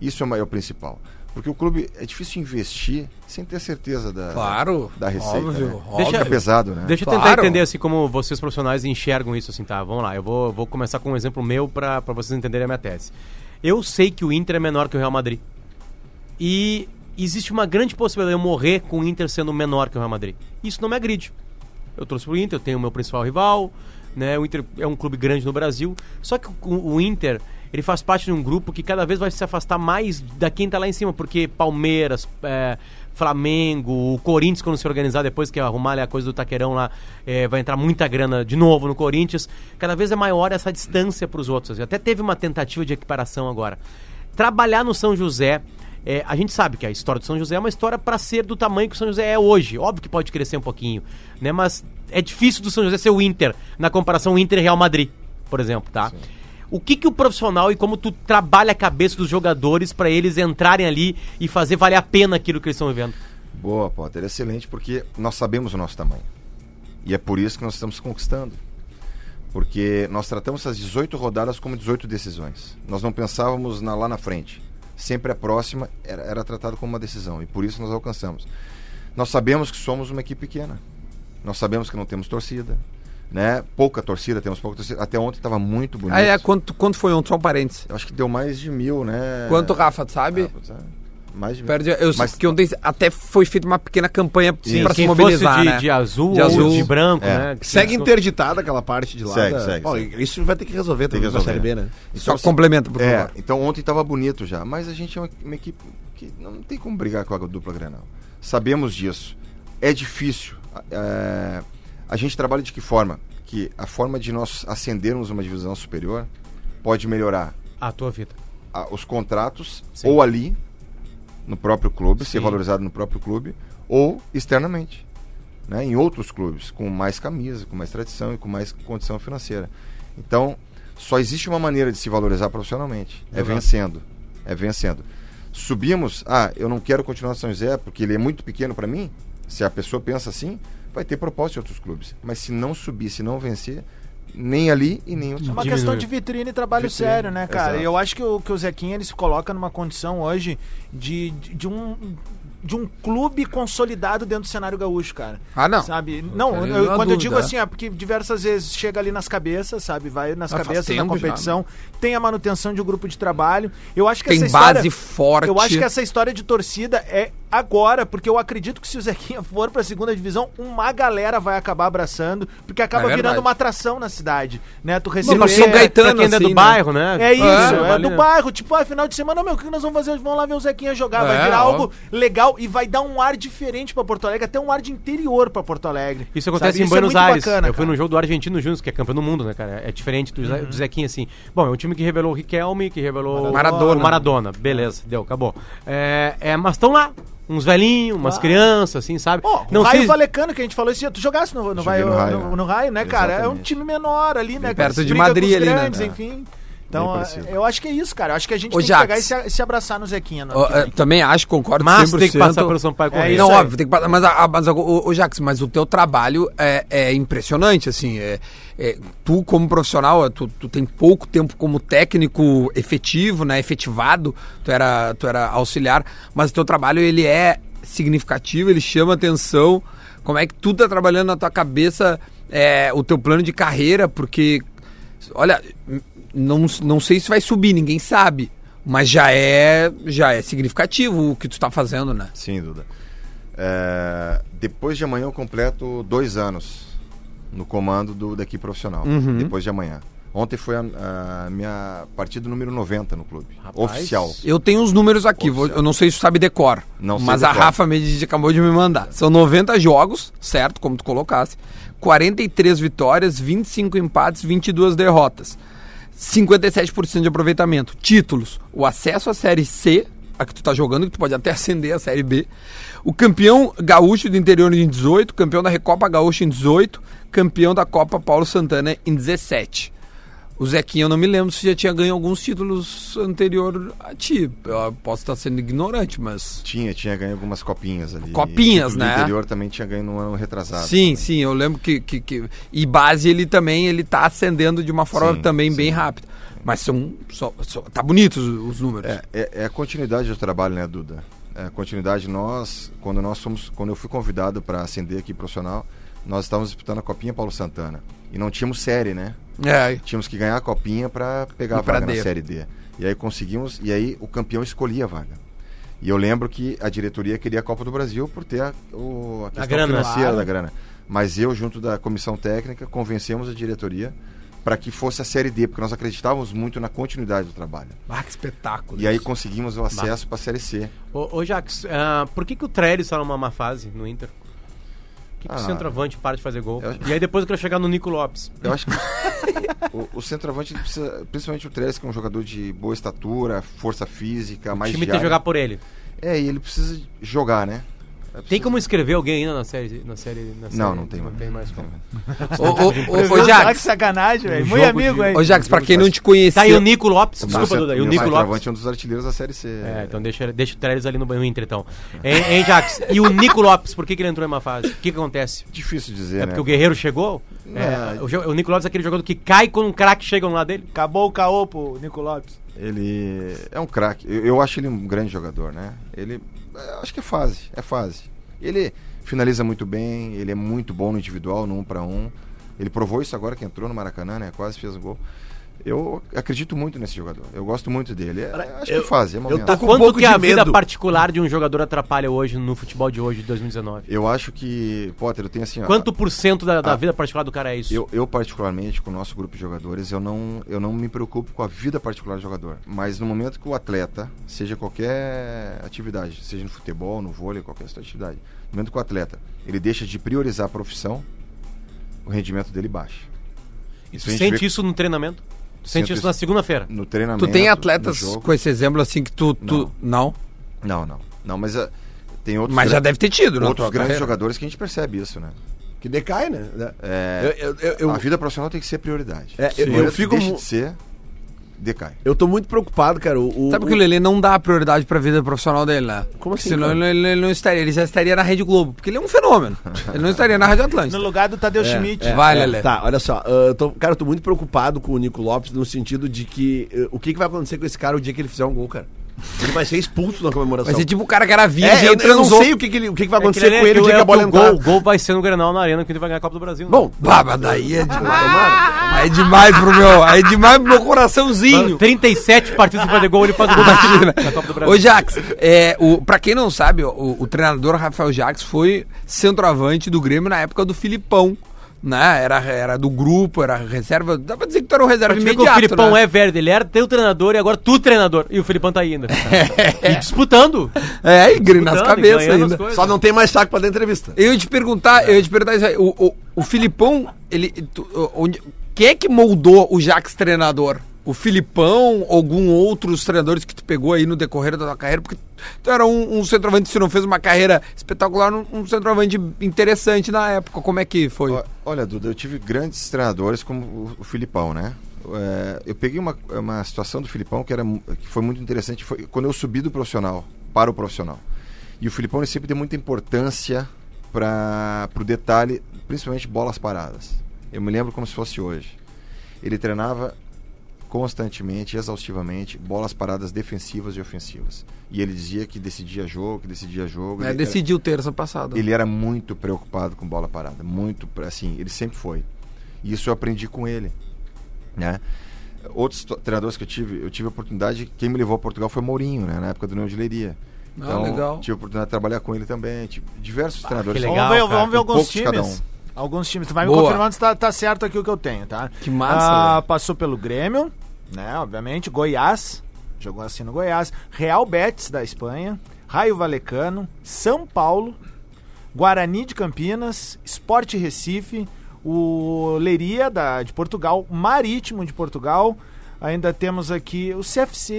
[SPEAKER 8] Isso é o maior principal. Porque o clube é difícil investir sem ter certeza da,
[SPEAKER 1] Claro,
[SPEAKER 8] da receita.
[SPEAKER 1] óbvio,
[SPEAKER 8] né?
[SPEAKER 1] óbvio.
[SPEAKER 8] Fica pesado, né?
[SPEAKER 5] Deixa eu tentar
[SPEAKER 1] Claro.
[SPEAKER 5] entender assim como vocês profissionais enxergam isso assim, tá? Vamos lá, eu vou, vou começar com um exemplo meu pra pra vocês entenderem a minha tese. Eu sei que o Inter é menor que o Real Madrid. E existe uma grande possibilidade de eu morrer com o Inter sendo menor que o Real Madrid. Isso não me agride. Eu torço pro Inter, eu tenho o meu principal rival, né? O Inter é um clube grande no Brasil. Só que o, o Inter, ele faz parte de um grupo que cada vez vai se afastar mais da quem tá lá em cima, porque Palmeiras, é, Flamengo, o Corinthians, quando se organizar depois que arrumar ali a coisa do Taquerão lá, é, vai entrar muita grana de novo no Corinthians. Cada vez é maior essa distância pros outros. Até teve uma tentativa de equiparação agora. Trabalhar no São José é, a gente sabe que a história do São José é uma história para ser do tamanho que o São José é hoje. Óbvio que pode crescer um pouquinho, né? Mas é difícil do São José ser o Inter na comparação Inter e Real Madrid, por exemplo, tá? O que que o profissional e como tu trabalha a cabeça dos jogadores para eles entrarem ali e fazer valer a pena aquilo que eles estão vivendo?
[SPEAKER 8] Boa, Potter. Excelente, porque nós sabemos o nosso tamanho. E é por isso que nós estamos conquistando. Porque nós tratamos essas 18 rodadas como 18 decisões. Nós não pensávamos na- lá na frente. Sempre a próxima era, era tratado como uma decisão. E por isso nós alcançamos. Nós sabemos que somos uma equipe pequena. Nós sabemos que não temos torcida. Né? Pouca torcida, temos pouca torcida. Até ontem estava muito bonito.
[SPEAKER 1] Ah, é, quanto, quanto foi ontem? Só um parênteses.
[SPEAKER 8] Eu acho que deu mais de mil, né?
[SPEAKER 1] Quanto, Rafa, tu sabe?
[SPEAKER 8] Ah, sabe? mais de mil.
[SPEAKER 1] Perde, eu sei
[SPEAKER 8] Mas-
[SPEAKER 1] que ontem até foi feita uma pequena campanha
[SPEAKER 8] Sim,
[SPEAKER 1] para se
[SPEAKER 5] Quem
[SPEAKER 1] mobilizar,
[SPEAKER 5] fosse de,
[SPEAKER 1] né?
[SPEAKER 5] de azul
[SPEAKER 1] De
[SPEAKER 5] ou
[SPEAKER 1] azul.
[SPEAKER 5] de branco,
[SPEAKER 8] É.
[SPEAKER 5] né?
[SPEAKER 6] Segue
[SPEAKER 5] Desculpa.
[SPEAKER 6] interditada aquela parte de lá.
[SPEAKER 8] Segue,
[SPEAKER 6] da-
[SPEAKER 8] segue,
[SPEAKER 6] Ó, Isso vai ter que resolver
[SPEAKER 8] Tem que
[SPEAKER 6] também na Série
[SPEAKER 8] resolver.
[SPEAKER 6] B, né?
[SPEAKER 1] Só
[SPEAKER 8] Então, assim,
[SPEAKER 1] complementa, por
[SPEAKER 8] É,
[SPEAKER 1] favor.
[SPEAKER 8] então ontem estava bonito já, mas a gente é uma, uma equipe que não tem como brigar com a dupla Grenal. Sabemos disso. É difícil. É, a gente trabalha de que forma? Que a forma de nós ascendermos uma divisão superior pode melhorar
[SPEAKER 5] A tua vida.
[SPEAKER 8] a- os contratos
[SPEAKER 5] Sim.
[SPEAKER 8] ou ali no próprio clube, ser
[SPEAKER 5] Sim.
[SPEAKER 8] valorizado no próprio clube ou externamente, né, em outros clubes com mais camisa, com mais tradição e com mais condição financeira. Então, só existe uma maneira de se valorizar profissionalmente, é vencendo, é vencendo. Subimos, ah, eu não quero continuar no São José porque ele é muito pequeno para mim. Se a pessoa pensa assim, vai ter propósito de outros clubes. Mas se não subir, se não vencer, nem ali e nem em outros
[SPEAKER 2] É Uma
[SPEAKER 5] Diminuiu.
[SPEAKER 2] questão de vitrine e trabalho
[SPEAKER 8] Vitrine,
[SPEAKER 2] sério, né, cara?
[SPEAKER 8] exato.
[SPEAKER 2] Eu acho que o, que o Zequinha ele se coloca numa condição hoje de, de, de um. De um clube consolidado dentro do cenário gaúcho, cara.
[SPEAKER 1] Ah, não.
[SPEAKER 2] Sabe? Não,
[SPEAKER 1] quero
[SPEAKER 2] eu-
[SPEAKER 1] nenhuma
[SPEAKER 2] quando eu digo
[SPEAKER 1] dúvida.
[SPEAKER 2] assim, é porque diversas vezes chega ali nas cabeças, sabe? Vai nas
[SPEAKER 1] Ah, faz
[SPEAKER 2] cabeças na
[SPEAKER 1] tempo já,
[SPEAKER 2] competição, tem a manutenção de um grupo de trabalho. Eu acho que
[SPEAKER 1] Tem
[SPEAKER 2] essa história,
[SPEAKER 1] base forte.
[SPEAKER 2] Eu acho que essa história de torcida é agora, porque eu acredito que se o Zequinha for pra segunda divisão, uma galera vai acabar abraçando, porque acaba virando
[SPEAKER 1] É verdade.
[SPEAKER 2] uma atração na cidade, né? Tu
[SPEAKER 1] Sim,
[SPEAKER 2] receber...
[SPEAKER 1] mas São Gaetano,
[SPEAKER 5] pra quem é
[SPEAKER 1] assim,
[SPEAKER 5] do
[SPEAKER 1] né?
[SPEAKER 5] bairro, né?
[SPEAKER 2] É isso, é,
[SPEAKER 5] vale,
[SPEAKER 2] do
[SPEAKER 5] né?
[SPEAKER 2] bairro. Tipo, ah, final de semana, meu, o que nós vamos fazer? Vamos lá ver o Zequinha jogar. Vai
[SPEAKER 1] É,
[SPEAKER 2] virar
[SPEAKER 1] óbvio.
[SPEAKER 2] algo legal e vai dar um ar diferente pra Porto Alegre, até um ar de interior pra Porto Alegre.
[SPEAKER 5] Isso acontece
[SPEAKER 2] sabe?
[SPEAKER 5] em Buenos
[SPEAKER 2] é muito
[SPEAKER 5] Aires.
[SPEAKER 2] Bacana,
[SPEAKER 5] eu fui
[SPEAKER 2] cara.
[SPEAKER 5] no jogo do Argentino Juniors, que é campeão do mundo, né, cara? É diferente do, Ze- do Zequinha, assim. Bom, é um time que revelou o Riquelme, que revelou
[SPEAKER 1] Maradona.
[SPEAKER 5] o Maradona. Beleza, deu, acabou. É, é, mas estão lá, uns velhinhos, umas crianças, assim, sabe?
[SPEAKER 2] Ó, o Raio Valecano, que a gente falou esse dia, tu jogasse no, no,
[SPEAKER 8] Joguei
[SPEAKER 2] raio,
[SPEAKER 8] no Raio,
[SPEAKER 2] no,
[SPEAKER 8] né?
[SPEAKER 2] no Raio, né, cara? É um
[SPEAKER 8] Exatamente.
[SPEAKER 2] time menor ali, né, cara?
[SPEAKER 1] perto de
[SPEAKER 2] Briga com os
[SPEAKER 1] Madrid ali, né?
[SPEAKER 2] grandes,
[SPEAKER 1] É.
[SPEAKER 2] Enfim. Então,
[SPEAKER 8] parecido.
[SPEAKER 2] eu acho que é isso, cara. Eu acho que a gente
[SPEAKER 1] Ô,
[SPEAKER 2] tem que
[SPEAKER 1] Jax.
[SPEAKER 2] pegar e se, se abraçar no Zequinha. né? No
[SPEAKER 1] Ó, eu também acho, concordo
[SPEAKER 5] Mas tem que passar
[SPEAKER 1] 100%.
[SPEAKER 5] pelo Sampaio
[SPEAKER 2] É
[SPEAKER 5] Correia.
[SPEAKER 2] isso
[SPEAKER 1] não,
[SPEAKER 2] aí.
[SPEAKER 1] óbvio, tem que passar. Mas, a- a- mas a- o, o Jax, mas o teu trabalho é, é impressionante, assim. é- é, tu, como profissional, é, tu, tu tem pouco tempo como técnico efetivo, né? Efetivado, tu era, tu era auxiliar, mas o teu trabalho ele é significativo, ele chama atenção. Como é que tu tá trabalhando na tua cabeça é, o teu plano de carreira, porque Olha, n- não, não sei se vai subir, ninguém sabe. Mas já é, já é significativo o que tu tá fazendo, né?
[SPEAKER 8] Sim, Duda. É, depois de amanhã eu completo dois anos no comando do daqui profissional.
[SPEAKER 1] Uhum.
[SPEAKER 8] Depois de amanhã. Ontem foi a, a minha partida número 90 no clube. Oficial.
[SPEAKER 1] Eu tenho uns números aqui, vou- eu não sei se tu sabe decor.
[SPEAKER 8] Não sei
[SPEAKER 1] mas a
[SPEAKER 8] decor.
[SPEAKER 1] Rafa Medici acabou de me mandar. São 90 jogos, certo? Como tu colocasse. 43 vitórias, 25 empates, 22 derrotas. 57% de aproveitamento. Títulos: o acesso à Série C, a que tu tá jogando, que tu pode até ascender a Série B. O campeão gaúcho do interior em 18, campeão da Recopa Gaúcha em 18, campeão da Copa Paulo Santana em 17. O Zequinha, eu não me lembro se já tinha ganho alguns títulos anterior a ti. Eu posso estar sendo ignorante, mas.
[SPEAKER 8] Tinha, tinha ganho algumas copinhas ali.
[SPEAKER 1] Copinhas,
[SPEAKER 8] Título do
[SPEAKER 1] né?
[SPEAKER 8] interior também tinha ganho no ano retrasado.
[SPEAKER 1] sim, sim, eu lembro que, que, que- E base ele também, ele tá ascendendo de uma forma
[SPEAKER 8] Sim,
[SPEAKER 1] também
[SPEAKER 8] sim.
[SPEAKER 1] bem rápida. Mas são, só- só- Tá bonito os, os números.
[SPEAKER 8] É, é, é a continuidade do trabalho, né, Duda? É a continuidade. Nós, quando nós somos, quando eu fui convidado para ascender aqui profissional, nós estávamos disputando a Copinha Paulo Santana e não tínhamos série, né?
[SPEAKER 1] É,
[SPEAKER 8] Tínhamos que ganhar a copinha para pegar
[SPEAKER 1] E
[SPEAKER 8] a vaga
[SPEAKER 1] pra D.
[SPEAKER 8] na Série D. E aí conseguimos, e aí o campeão escolhia a vaga. E eu lembro que a diretoria queria a Copa do Brasil por ter a, o, a questão
[SPEAKER 5] grana.
[SPEAKER 8] financeira
[SPEAKER 5] Claro.
[SPEAKER 8] da grana. Mas eu, junto da comissão técnica, convencemos a diretoria para que fosse a Série D, porque nós acreditávamos muito na continuidade do trabalho.
[SPEAKER 1] Ah, que espetáculo.
[SPEAKER 8] E aí conseguimos o acesso para a Série C.
[SPEAKER 5] Ô, ô Jax, ah, por que, que o Trellis está numa má fase no Inter? Por que, que
[SPEAKER 8] Ah.
[SPEAKER 5] o centroavante para de fazer gol?
[SPEAKER 8] Eu-
[SPEAKER 5] E aí depois eu quero chegar no Nico Lopes.
[SPEAKER 8] Eu acho que o, o centroavante ele precisa, principalmente o Trellis, que é um jogador de boa estatura, força física,
[SPEAKER 5] O
[SPEAKER 8] mais
[SPEAKER 5] time tem que
[SPEAKER 8] diária.
[SPEAKER 5] jogar por ele.
[SPEAKER 8] É, e ele precisa jogar, né? É
[SPEAKER 5] Tem
[SPEAKER 8] preciso-
[SPEAKER 5] como escrever alguém ainda na série? Na série na série-
[SPEAKER 8] Não, não tem mais.
[SPEAKER 5] como.
[SPEAKER 1] Ô, ô, ô, ô,
[SPEAKER 2] Ô, Jax,
[SPEAKER 1] Jax,
[SPEAKER 2] sacanagem, velho.
[SPEAKER 5] Um
[SPEAKER 2] Muito
[SPEAKER 5] jogo
[SPEAKER 2] amigo,
[SPEAKER 5] de-
[SPEAKER 2] hein?
[SPEAKER 1] ô, Jax, pra quem não te conhecia.
[SPEAKER 5] Tá, e o Nico Lopes.
[SPEAKER 8] O
[SPEAKER 5] Desculpa,
[SPEAKER 8] meu,
[SPEAKER 5] Duda. E
[SPEAKER 8] meu
[SPEAKER 5] o Nico
[SPEAKER 8] centroavante
[SPEAKER 5] Lopes.
[SPEAKER 8] é um dos artilheiros da Série C.
[SPEAKER 5] É, então deixa, deixa o Trellis ali no banho Inter, então. Hein, hein, Jax? E o Nico Lopes, por que, que ele entrou em uma fase? O que, que acontece?
[SPEAKER 8] Difícil dizer,
[SPEAKER 5] É
[SPEAKER 8] né?
[SPEAKER 5] porque o Guerreiro chegou? É,
[SPEAKER 8] Não.
[SPEAKER 5] o, jo- o Nico Lopes é aquele jogador que cai quando um craque chega no lado dele?
[SPEAKER 2] Acabou o caô pro Nico Lopes.
[SPEAKER 8] Ele é um craque. Eu, eu acho ele um grande jogador, né? Ele. é, Acho que é fase. É fase. Ele finaliza muito bem, ele é muito bom no individual, no um para um. Ele provou isso agora que entrou no Maracanã, né? Quase fez um gol. Eu acredito muito nesse jogador. Eu gosto muito dele. É- acho que é fase, é momento.
[SPEAKER 4] tô com- um
[SPEAKER 5] Quanto
[SPEAKER 4] pouco
[SPEAKER 5] que a
[SPEAKER 4] de
[SPEAKER 5] vida
[SPEAKER 4] medo.
[SPEAKER 5] particular de um jogador atrapalha hoje no futebol de hoje, de 2019?
[SPEAKER 8] Eu acho que. Potter, eu tenho assim. ó,
[SPEAKER 5] Quanto por cento da, da
[SPEAKER 8] Ah.
[SPEAKER 5] vida particular do cara é isso?
[SPEAKER 8] Eu, eu, particularmente, com o nosso grupo de jogadores, eu não, eu não me preocupo com a vida particular do jogador. Mas no momento que o atleta, seja qualquer atividade, seja no futebol, no vôlei, qualquer outra atividade, no momento que o atleta ele deixa de priorizar a profissão, o rendimento dele baixa.
[SPEAKER 5] E tu
[SPEAKER 8] isso a gente
[SPEAKER 5] sente
[SPEAKER 8] vê-
[SPEAKER 5] isso no treinamento? Tu sente
[SPEAKER 8] Sinto
[SPEAKER 5] isso,
[SPEAKER 8] isso.
[SPEAKER 5] na segunda-feira?
[SPEAKER 8] No treinamento.
[SPEAKER 1] Tu tem
[SPEAKER 8] no
[SPEAKER 1] atletas
[SPEAKER 8] jogo-
[SPEAKER 1] com esse exemplo assim que tu. tu não?
[SPEAKER 8] Não, não. Não, mas ah, tem outros,
[SPEAKER 1] Mas já
[SPEAKER 8] gran-
[SPEAKER 1] deve ter tido, né?
[SPEAKER 8] outros grandes jogadores que a gente percebe isso, né?
[SPEAKER 6] Que decai, né?
[SPEAKER 8] É, Tá.
[SPEAKER 6] Eu, eu, eu, eu-
[SPEAKER 8] a vida profissional tem que ser prioridade.
[SPEAKER 6] É, eu-
[SPEAKER 8] No
[SPEAKER 6] eu
[SPEAKER 8] momento que
[SPEAKER 6] fico
[SPEAKER 8] deixa
[SPEAKER 6] mu-
[SPEAKER 8] de ser, decai.
[SPEAKER 6] Eu tô muito preocupado, cara. O,
[SPEAKER 1] É. Sabe que o Lelê não dá a prioridade pra vida profissional dele, né?
[SPEAKER 6] Como assim,
[SPEAKER 1] Senão
[SPEAKER 6] cara?
[SPEAKER 1] ele, ele não estaria, ele já estaria na Rede Globo, porque ele é um fenômeno. Ele não estaria na Rádio Atlântica.
[SPEAKER 2] No lugar do Tadeu Schmidt.
[SPEAKER 1] é. Vai, Lelê.
[SPEAKER 6] Tá, olha só. ah, eu tô- cara, eu tô muito preocupado com o Nico Lopes no sentido de que eh, o que, que vai acontecer com esse cara o dia que ele fizer um gol, cara? Ele vai ser expulso na comemoração.
[SPEAKER 1] Vai ser tipo o cara que era
[SPEAKER 6] É,
[SPEAKER 1] virgem
[SPEAKER 6] eu,
[SPEAKER 1] e
[SPEAKER 6] eu não
[SPEAKER 1] transou.
[SPEAKER 6] sei o que, que, ele- o que, que vai
[SPEAKER 5] É que
[SPEAKER 6] acontecer
[SPEAKER 5] ele-
[SPEAKER 6] com ele o
[SPEAKER 5] que
[SPEAKER 6] dia que a
[SPEAKER 5] o-
[SPEAKER 6] bola
[SPEAKER 5] o gol,
[SPEAKER 6] entrar.
[SPEAKER 5] o gol vai ser no Grenal na Arena que ele vai ganhar a Copa do Brasil. né?
[SPEAKER 6] Bom,
[SPEAKER 1] Bah, mas daí é demais.
[SPEAKER 5] Ah.
[SPEAKER 1] Aí é demais pro meu. Aí é demais pro meu coraçãozinho.
[SPEAKER 5] Ah. 37 partidas sem fazer gol, ele faz o gol da da Copa do Brasil.
[SPEAKER 1] Ô, Jax, é, o, pra quem não sabe, o, o treinador Rafael Jax foi centroavante do Grêmio na época do Filipão. Né? Era, era do grupo, era reserva. Dá pra dizer que tu era um reserva
[SPEAKER 5] Pra te ver que
[SPEAKER 1] imediato,
[SPEAKER 5] o Filipão
[SPEAKER 1] né?
[SPEAKER 5] é verde, ele era teu treinador e agora tu treinador. E o Filipão tá aí ainda. E disputando.
[SPEAKER 1] É, e grina nas
[SPEAKER 5] disputando,
[SPEAKER 1] cabeças
[SPEAKER 5] ganhando as
[SPEAKER 1] ainda.
[SPEAKER 5] coisas.
[SPEAKER 6] Só não tem mais saco pra dar entrevista.
[SPEAKER 1] Eu ia te perguntar, eu ia te perguntar isso aí. O, o, o Filipão, ele. tu- o- onde, quem é que moldou o Jax treinador? O Filipão, algum outros treinadores que tu pegou aí no decorrer da tua carreira? Porque tu era um, um centroavante, se não fez uma carreira espetacular, um, um centroavante interessante na época. Como é que foi?
[SPEAKER 8] Ó, Olha, Duda, eu tive grandes treinadores como o, o Filipão, né? É, eu peguei uma, uma situação do Filipão que, era, mu- que foi muito interessante, foi quando eu subi do profissional para o profissional. E o Filipão ele sempre deu muita importância para o detalhe, principalmente bolas paradas. Eu me lembro como se fosse hoje. Ele treinava constantemente, exaustivamente, bolas paradas defensivas e ofensivas. E ele dizia que decidia jogo, que decidia jogo.
[SPEAKER 1] É,
[SPEAKER 8] ele era-
[SPEAKER 1] decidiu terça passada.
[SPEAKER 8] ele era muito preocupado com bola parada, muito, pre- assim, ele sempre foi. E isso eu aprendi com ele, né? Outros to- treinadores que eu tive, eu tive a oportunidade, quem me levou a Portugal foi Mourinho, né? Na época do União de Leiria.
[SPEAKER 1] Ah,
[SPEAKER 8] Então,
[SPEAKER 1] legal.
[SPEAKER 8] tive a oportunidade de trabalhar com ele também, tive diversos
[SPEAKER 5] que
[SPEAKER 8] treinadores.
[SPEAKER 5] legal.
[SPEAKER 2] vamos ver,
[SPEAKER 5] cara,
[SPEAKER 2] vamos ver
[SPEAKER 5] um
[SPEAKER 2] alguns
[SPEAKER 8] pouco de cada
[SPEAKER 2] times. Alguns times. Tu vai me
[SPEAKER 1] Boa.
[SPEAKER 2] confirmando se tá, tá certo aqui o que eu tenho, tá?
[SPEAKER 1] Que massa,
[SPEAKER 2] Ah,
[SPEAKER 1] velho.
[SPEAKER 2] passou pelo Grêmio, né? Obviamente. Goiás. Jogou assim no Goiás. Real Betis da Espanha. Raio Valecano. São Paulo. Guarani de Campinas. Sport Recife. O Leiria da, de Portugal. Marítimo de Portugal. Ainda temos aqui o CFC,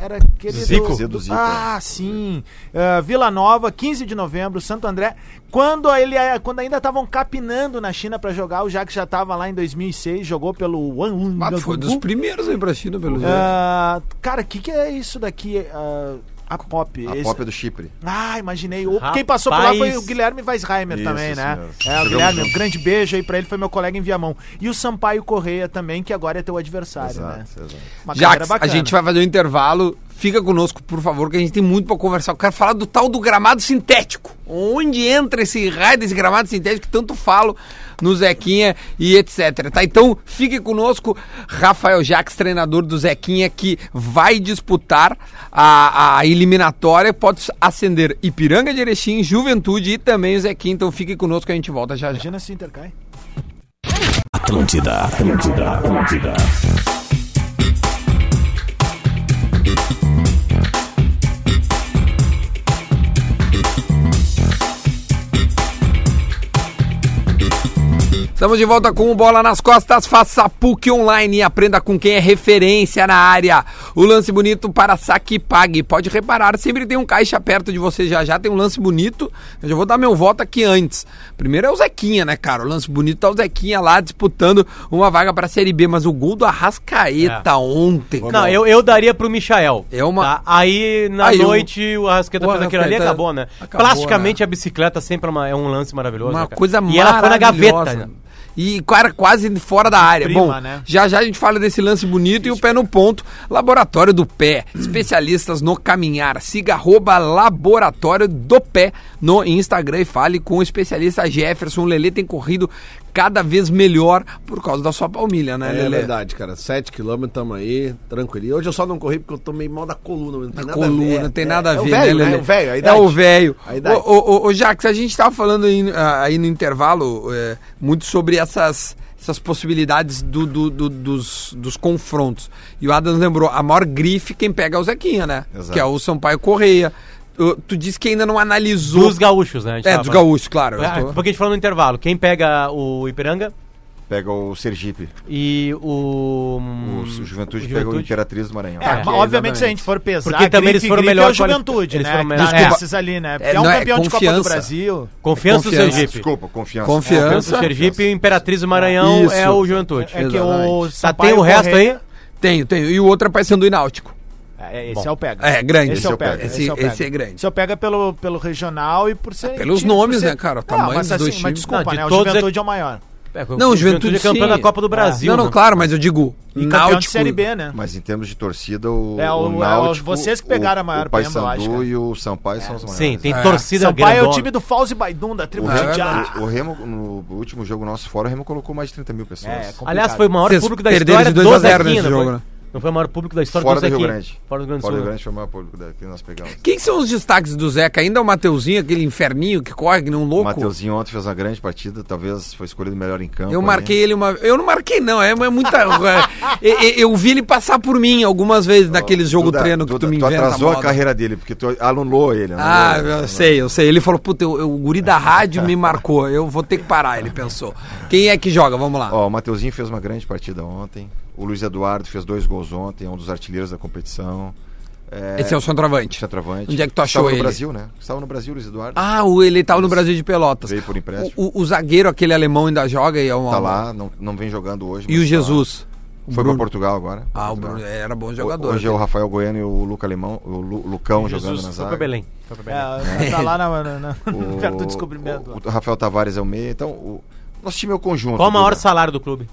[SPEAKER 2] era aquele do-
[SPEAKER 8] Zico.
[SPEAKER 2] do-
[SPEAKER 8] Do Zico,
[SPEAKER 2] ah,
[SPEAKER 8] é.
[SPEAKER 2] ah, sim. Ah, Vila Nova, 15 de novembro, Santo André. Quando ele ah, quando ainda estavam capinando na China pra jogar, o Jack já tava lá em 2006, jogou pelo Wanlun.
[SPEAKER 1] Ah, tu foi dos primeiros aí pra China,
[SPEAKER 6] É,
[SPEAKER 1] pelo jeito.
[SPEAKER 2] Ah, cara, o que, que é isso daqui? Ah, a pop.
[SPEAKER 8] A é-
[SPEAKER 2] esse-
[SPEAKER 8] Pópia do Chipre.
[SPEAKER 2] Ah, imaginei. O- Quem passou por lá foi o
[SPEAKER 5] Rapaz.
[SPEAKER 2] Guilherme Weisheimer
[SPEAKER 8] Isso,
[SPEAKER 2] também,
[SPEAKER 8] isso
[SPEAKER 2] né?
[SPEAKER 8] mesmo.
[SPEAKER 2] É, o
[SPEAKER 8] Jogamos
[SPEAKER 2] Guilherme, um
[SPEAKER 8] juntos.
[SPEAKER 2] grande beijo aí pra ele, foi meu colega em Viamão. E o Sampaio Correia também, que agora é teu adversário, né?
[SPEAKER 8] Exato, exato.
[SPEAKER 2] Uma carreira
[SPEAKER 1] Jax, a
[SPEAKER 2] bacana.
[SPEAKER 1] gente vai fazer um intervalo. Fica conosco, por favor, que a gente tem muito pra conversar. Eu quero falar do tal do gramado sintético. Onde entra esse raio desse gramado sintético que tanto falo no Zequinha e etc. Tá? Então, fique conosco, Rafael Jax, treinador do Zequinha, que vai disputar a, a eliminatória. Pode acender Ipiranga de Erechim, Juventude e também o Zequinha. Então, fique conosco, a gente volta já já.
[SPEAKER 2] Imagina se intercai.
[SPEAKER 9] Atlântida, Atlântida, Atlântida.
[SPEAKER 1] Estamos de volta com o Bola nas Costas, faça PUC online e aprenda com quem é referência na área. O lance bonito para saque e pague. Pode reparar, sempre tem um caixa perto de você já já, tem um lance bonito. Eu já vou dar meu voto aqui antes. Primeiro é o Zequinha, né, cara? O lance bonito tá o Zequinha lá disputando uma vaga para a Série B, mas o gol do Arrascaeta
[SPEAKER 5] É.
[SPEAKER 1] ontem.
[SPEAKER 5] Não, eu, eu daria pro Michael.
[SPEAKER 1] É uma-
[SPEAKER 5] Tá? Aí, na
[SPEAKER 1] Aí, o-
[SPEAKER 5] noite, o Arrasqueta
[SPEAKER 1] o
[SPEAKER 5] fez aquilo ali e
[SPEAKER 1] Arrascaeta
[SPEAKER 5] acabou, né?
[SPEAKER 1] acabou,
[SPEAKER 5] Plasticamente, a bicicleta sempre é uma- é um lance maravilhoso. né,
[SPEAKER 1] Uma
[SPEAKER 5] cara?
[SPEAKER 1] coisa
[SPEAKER 5] E ela foi na gaveta.
[SPEAKER 1] maravilhosa.
[SPEAKER 5] né?
[SPEAKER 1] E cara, quase fora da área.
[SPEAKER 2] Prima,
[SPEAKER 1] Bom,
[SPEAKER 2] né?
[SPEAKER 1] já já a gente fala desse lance bonito e o pé no ponto. Laboratório do Pé. Especialistas no caminhar. Siga arroba Laboratório do Pé no Instagram e fale com o especialista Jefferson. O Lelê tem corrido cada vez melhor por causa da sua palmilha, né,
[SPEAKER 6] É,
[SPEAKER 1] Lelê?
[SPEAKER 6] verdade, cara. 7km, tamo aí, tranquilo. E hoje eu só não corri porque eu tomei mal da coluna. Não tem
[SPEAKER 1] Na
[SPEAKER 6] nada
[SPEAKER 1] coluna,
[SPEAKER 6] a ver.
[SPEAKER 1] não tem
[SPEAKER 6] É,
[SPEAKER 1] nada a ver,
[SPEAKER 6] É o velho,
[SPEAKER 1] né,
[SPEAKER 6] né?
[SPEAKER 1] Lelê?
[SPEAKER 6] É o velho, a
[SPEAKER 1] É
[SPEAKER 6] idade.
[SPEAKER 1] o velho.
[SPEAKER 6] A idade.
[SPEAKER 1] Ô, ô, ô, ô, Jax, a gente tava falando aí, ah, aí no intervalo é, muito sobre essas, essas possibilidades do, do- do- dos, dos confrontos. E o Adams lembrou, a maior grife quem pega é o Zequinha, né?
[SPEAKER 8] Exato.
[SPEAKER 1] Que é o Sampaio Correia. Tu, tu disse que ainda não analisou...
[SPEAKER 5] Dos gaúchos, né? a gente
[SPEAKER 1] É,
[SPEAKER 5] tava
[SPEAKER 1] dos
[SPEAKER 5] falando.
[SPEAKER 1] gaúchos, claro. eu
[SPEAKER 5] Ah,
[SPEAKER 1] tô-
[SPEAKER 5] Porque a gente falou no intervalo. Quem pega o Ipiranga
[SPEAKER 8] Pega o Sergipe.
[SPEAKER 5] e o... hum,
[SPEAKER 8] O Juventude, pega o Imperatriz do Maranhão. Ah,
[SPEAKER 2] É, mas
[SPEAKER 1] ok,
[SPEAKER 2] obviamente se a
[SPEAKER 1] exatamente.
[SPEAKER 2] gente for pesar,
[SPEAKER 5] Porque também eles
[SPEAKER 2] grife,
[SPEAKER 5] foram
[SPEAKER 2] grife
[SPEAKER 5] melhor
[SPEAKER 2] é o Juventude,
[SPEAKER 5] qualifi- eles
[SPEAKER 2] né?
[SPEAKER 5] foram
[SPEAKER 2] Que
[SPEAKER 5] melhor-
[SPEAKER 2] tá
[SPEAKER 1] Desculpa.
[SPEAKER 2] nesses ali, né? Porque
[SPEAKER 1] É,
[SPEAKER 2] é, um
[SPEAKER 1] não, é
[SPEAKER 2] campeão de Copa do
[SPEAKER 1] confiança.
[SPEAKER 2] Brasil.
[SPEAKER 5] Confiança do
[SPEAKER 1] Confiança.
[SPEAKER 5] Sergipe.
[SPEAKER 8] Desculpa, confiança.
[SPEAKER 1] Confiança.
[SPEAKER 5] Confiança do Sergipe e o Imperatriz do Maranhão
[SPEAKER 1] Isso.
[SPEAKER 5] é o Juventude.
[SPEAKER 2] É que
[SPEAKER 1] Exatamente.
[SPEAKER 2] o
[SPEAKER 5] Tá,
[SPEAKER 2] Sampaio
[SPEAKER 5] tem o resto
[SPEAKER 1] É,
[SPEAKER 2] Correia-
[SPEAKER 5] aí?
[SPEAKER 1] Tenho, tenho. E o outro é Paysandu e Náutico.
[SPEAKER 2] É, esse é o pega.
[SPEAKER 1] É, grande.
[SPEAKER 2] Esse, é o pega.
[SPEAKER 1] Esse,
[SPEAKER 2] é o pega.
[SPEAKER 1] esse é grande.
[SPEAKER 2] Esse é o pega pelo, pelo regional e por ser.
[SPEAKER 1] pelos
[SPEAKER 2] time,
[SPEAKER 1] nomes,
[SPEAKER 2] por
[SPEAKER 1] né, cara? O tamanho
[SPEAKER 2] mas,
[SPEAKER 1] dos dois
[SPEAKER 2] Mas
[SPEAKER 1] times.
[SPEAKER 2] desculpa,
[SPEAKER 5] Não, de
[SPEAKER 2] né? O
[SPEAKER 5] todos é-
[SPEAKER 2] Juventude é o maior.
[SPEAKER 5] É,
[SPEAKER 1] Não, o Juventude,
[SPEAKER 5] é campeão
[SPEAKER 1] sim. Ah.
[SPEAKER 5] da Copa do Brasil.
[SPEAKER 1] não, não,
[SPEAKER 5] né?
[SPEAKER 1] claro, mas eu digo
[SPEAKER 2] E campeão de
[SPEAKER 1] Náutico.
[SPEAKER 2] Série B, né?
[SPEAKER 8] Mas em termos de torcida, o,
[SPEAKER 2] É, o- é, o-
[SPEAKER 8] Náutico,
[SPEAKER 2] vocês que pegaram a maior
[SPEAKER 8] o
[SPEAKER 2] pemba, eu acho,
[SPEAKER 8] Paysandu
[SPEAKER 2] cara.
[SPEAKER 8] e o Sampaio são os maiores.
[SPEAKER 5] Sim, tem
[SPEAKER 1] É.
[SPEAKER 5] torcida
[SPEAKER 2] Sampaio é o
[SPEAKER 5] grandona.
[SPEAKER 2] time do Fauzi Baidum, da
[SPEAKER 8] O
[SPEAKER 2] tribo
[SPEAKER 1] É
[SPEAKER 2] Judiara.
[SPEAKER 8] Remo, o Remo, no último jogo nosso fora, o Remo colocou mais de 30 mil pessoas.
[SPEAKER 2] É, é complicado.
[SPEAKER 5] Aliás, foi o maior
[SPEAKER 1] Vocês
[SPEAKER 5] público da
[SPEAKER 1] perderam
[SPEAKER 5] história
[SPEAKER 1] de 2 a 0
[SPEAKER 5] dos aqui,
[SPEAKER 1] nesse
[SPEAKER 5] não foi?
[SPEAKER 1] jogo, né?
[SPEAKER 5] Não foi o maior público da história
[SPEAKER 8] fora
[SPEAKER 5] dos
[SPEAKER 8] do Rio
[SPEAKER 5] aqui.
[SPEAKER 8] Grande.
[SPEAKER 5] Fora do Rio Grande do
[SPEAKER 8] Fora
[SPEAKER 5] Sul. né?
[SPEAKER 8] do Rio Grande foi o maior público da- que nós pegamos.
[SPEAKER 1] Quem que são os destaques do Zeca? Ainda é o Mateuzinho, aquele inferninho que corre, que nem um
[SPEAKER 8] O
[SPEAKER 1] louco.
[SPEAKER 8] Mateuzinho ontem fez uma grande partida, talvez foi escolhido o melhor em campo.
[SPEAKER 1] Eu
[SPEAKER 8] ali.
[SPEAKER 1] marquei ele uma Eu não marquei, não. É, é muita. é- é- eu vi ele passar por mim algumas vezes naquele jogo
[SPEAKER 8] Duda,
[SPEAKER 1] treino que
[SPEAKER 8] Duda,
[SPEAKER 1] tu me inventa.
[SPEAKER 8] atrasou a
[SPEAKER 1] moda.
[SPEAKER 8] carreira dele, porque tu anulou ele. né? anulou
[SPEAKER 1] Ah,
[SPEAKER 8] ele.
[SPEAKER 1] eu sei, eu sei. Ele falou, puta, eu- eu- o guri da rádio me marcou. Eu vou ter que parar, ele pensou. Quem é que joga? Vamos lá.
[SPEAKER 8] Ó, o Mateuzinho fez uma grande partida ontem. O Luiz Eduardo fez dois gols ontem, é um dos artilheiros da competição.
[SPEAKER 1] Esse é o centroavante.
[SPEAKER 8] Centroavante.
[SPEAKER 1] Onde é que tu achou
[SPEAKER 8] Estava
[SPEAKER 1] ele?
[SPEAKER 8] no Brasil, né? Estava no Brasil, Luiz Eduardo.
[SPEAKER 1] Ah, o, ele tava no Brasil de Pelotas.
[SPEAKER 8] Veio por empréstimo.
[SPEAKER 1] O, o- o zagueiro, aquele alemão, ainda joga e é um.
[SPEAKER 8] Tá lá, não, não vem jogando hoje.
[SPEAKER 1] E
[SPEAKER 8] mas
[SPEAKER 1] o
[SPEAKER 8] tá
[SPEAKER 1] Jesus.
[SPEAKER 8] lá. Foi
[SPEAKER 1] Bruno.
[SPEAKER 8] pra Portugal agora.
[SPEAKER 1] Ah, o
[SPEAKER 8] Portugal.
[SPEAKER 1] Bruno era bom
[SPEAKER 8] Ho-
[SPEAKER 1] jogador. né?
[SPEAKER 8] Hoje é o Rafael Goiano e o Luca Alemão, o Lu- Lucão jogando na
[SPEAKER 5] Jesus, foi pra
[SPEAKER 8] zaga.
[SPEAKER 5] Belém. Foi pra Belém.
[SPEAKER 2] É, tá lá na, na, na-
[SPEAKER 8] O-
[SPEAKER 2] perto do descobrimento.
[SPEAKER 8] O, o Rafael Tavares é o meio. Então, o nosso time é o conjunto.
[SPEAKER 5] Qual o maior
[SPEAKER 8] Duda.
[SPEAKER 5] salário do clube?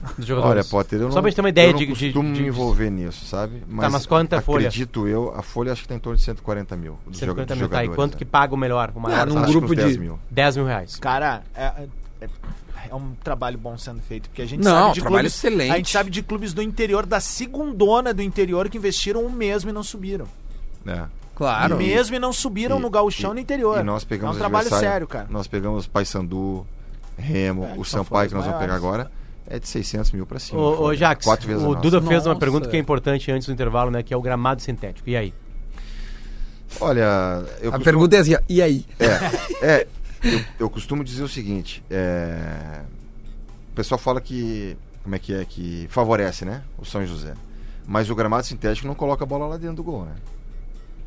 [SPEAKER 5] Dos
[SPEAKER 8] Olha,
[SPEAKER 5] jogadores.
[SPEAKER 8] Potter, eu não,
[SPEAKER 5] Só pra gente ter uma ideia
[SPEAKER 8] eu não
[SPEAKER 5] de- de-
[SPEAKER 8] costumo
[SPEAKER 5] de-
[SPEAKER 8] me envolver nisso, sabe? Mas,
[SPEAKER 5] mas quanto é a folha?
[SPEAKER 8] Acredito eu, a folha acho que tá em torno de 140 mil. Dos
[SPEAKER 5] 150
[SPEAKER 8] joga-
[SPEAKER 5] mil, tá? E
[SPEAKER 8] jogadores,
[SPEAKER 5] quanto
[SPEAKER 8] né?
[SPEAKER 5] que um paga o melhor? O
[SPEAKER 1] Ah,
[SPEAKER 5] maior?
[SPEAKER 1] num
[SPEAKER 8] Acho
[SPEAKER 5] salário?
[SPEAKER 8] que uns
[SPEAKER 1] grupo
[SPEAKER 8] 10
[SPEAKER 1] de-
[SPEAKER 8] mil.
[SPEAKER 5] 10 mil reais.
[SPEAKER 2] Cara, é, é- é um trabalho bom sendo feito, porque a gente
[SPEAKER 1] Não,
[SPEAKER 2] sabe de
[SPEAKER 1] trabalho
[SPEAKER 2] clubes,
[SPEAKER 1] excelente.
[SPEAKER 2] A gente sabe de clubes do interior, da segundona do interior, que investiram o mesmo e não subiram.
[SPEAKER 8] É.
[SPEAKER 1] Claro.
[SPEAKER 2] o mesmo e não subiram
[SPEAKER 8] E-
[SPEAKER 2] no gauchão
[SPEAKER 8] e-
[SPEAKER 2] no interior.
[SPEAKER 8] E nós pegamos
[SPEAKER 2] é um trabalho
[SPEAKER 8] adversário-
[SPEAKER 2] sério, cara.
[SPEAKER 8] Nós pegamos Paysandu, Remo,
[SPEAKER 2] É,
[SPEAKER 8] o
[SPEAKER 2] que são
[SPEAKER 8] Sampaio
[SPEAKER 2] folhas
[SPEAKER 8] que nós vamos
[SPEAKER 2] maiores.
[SPEAKER 8] pegar agora. É de 600 mil pra cima.
[SPEAKER 5] Ô,
[SPEAKER 8] folha.
[SPEAKER 5] ô Jax,
[SPEAKER 8] Quatro vezes a
[SPEAKER 5] o
[SPEAKER 8] nossa.
[SPEAKER 5] Duda fez uma
[SPEAKER 1] Nossa,
[SPEAKER 5] pergunta que
[SPEAKER 1] é.
[SPEAKER 5] é importante antes do intervalo, né? Que é o gramado sintético. E aí?
[SPEAKER 8] Olha, eu
[SPEAKER 1] A
[SPEAKER 8] costumo-
[SPEAKER 1] pergunta é assim, ó, e aí?
[SPEAKER 8] É, eu, eu costumo dizer o seguinte: é, o pessoal fala que. Como é que é? Que favorece, né? O São José. Mas o gramado sintético não coloca a bola lá dentro do gol, né?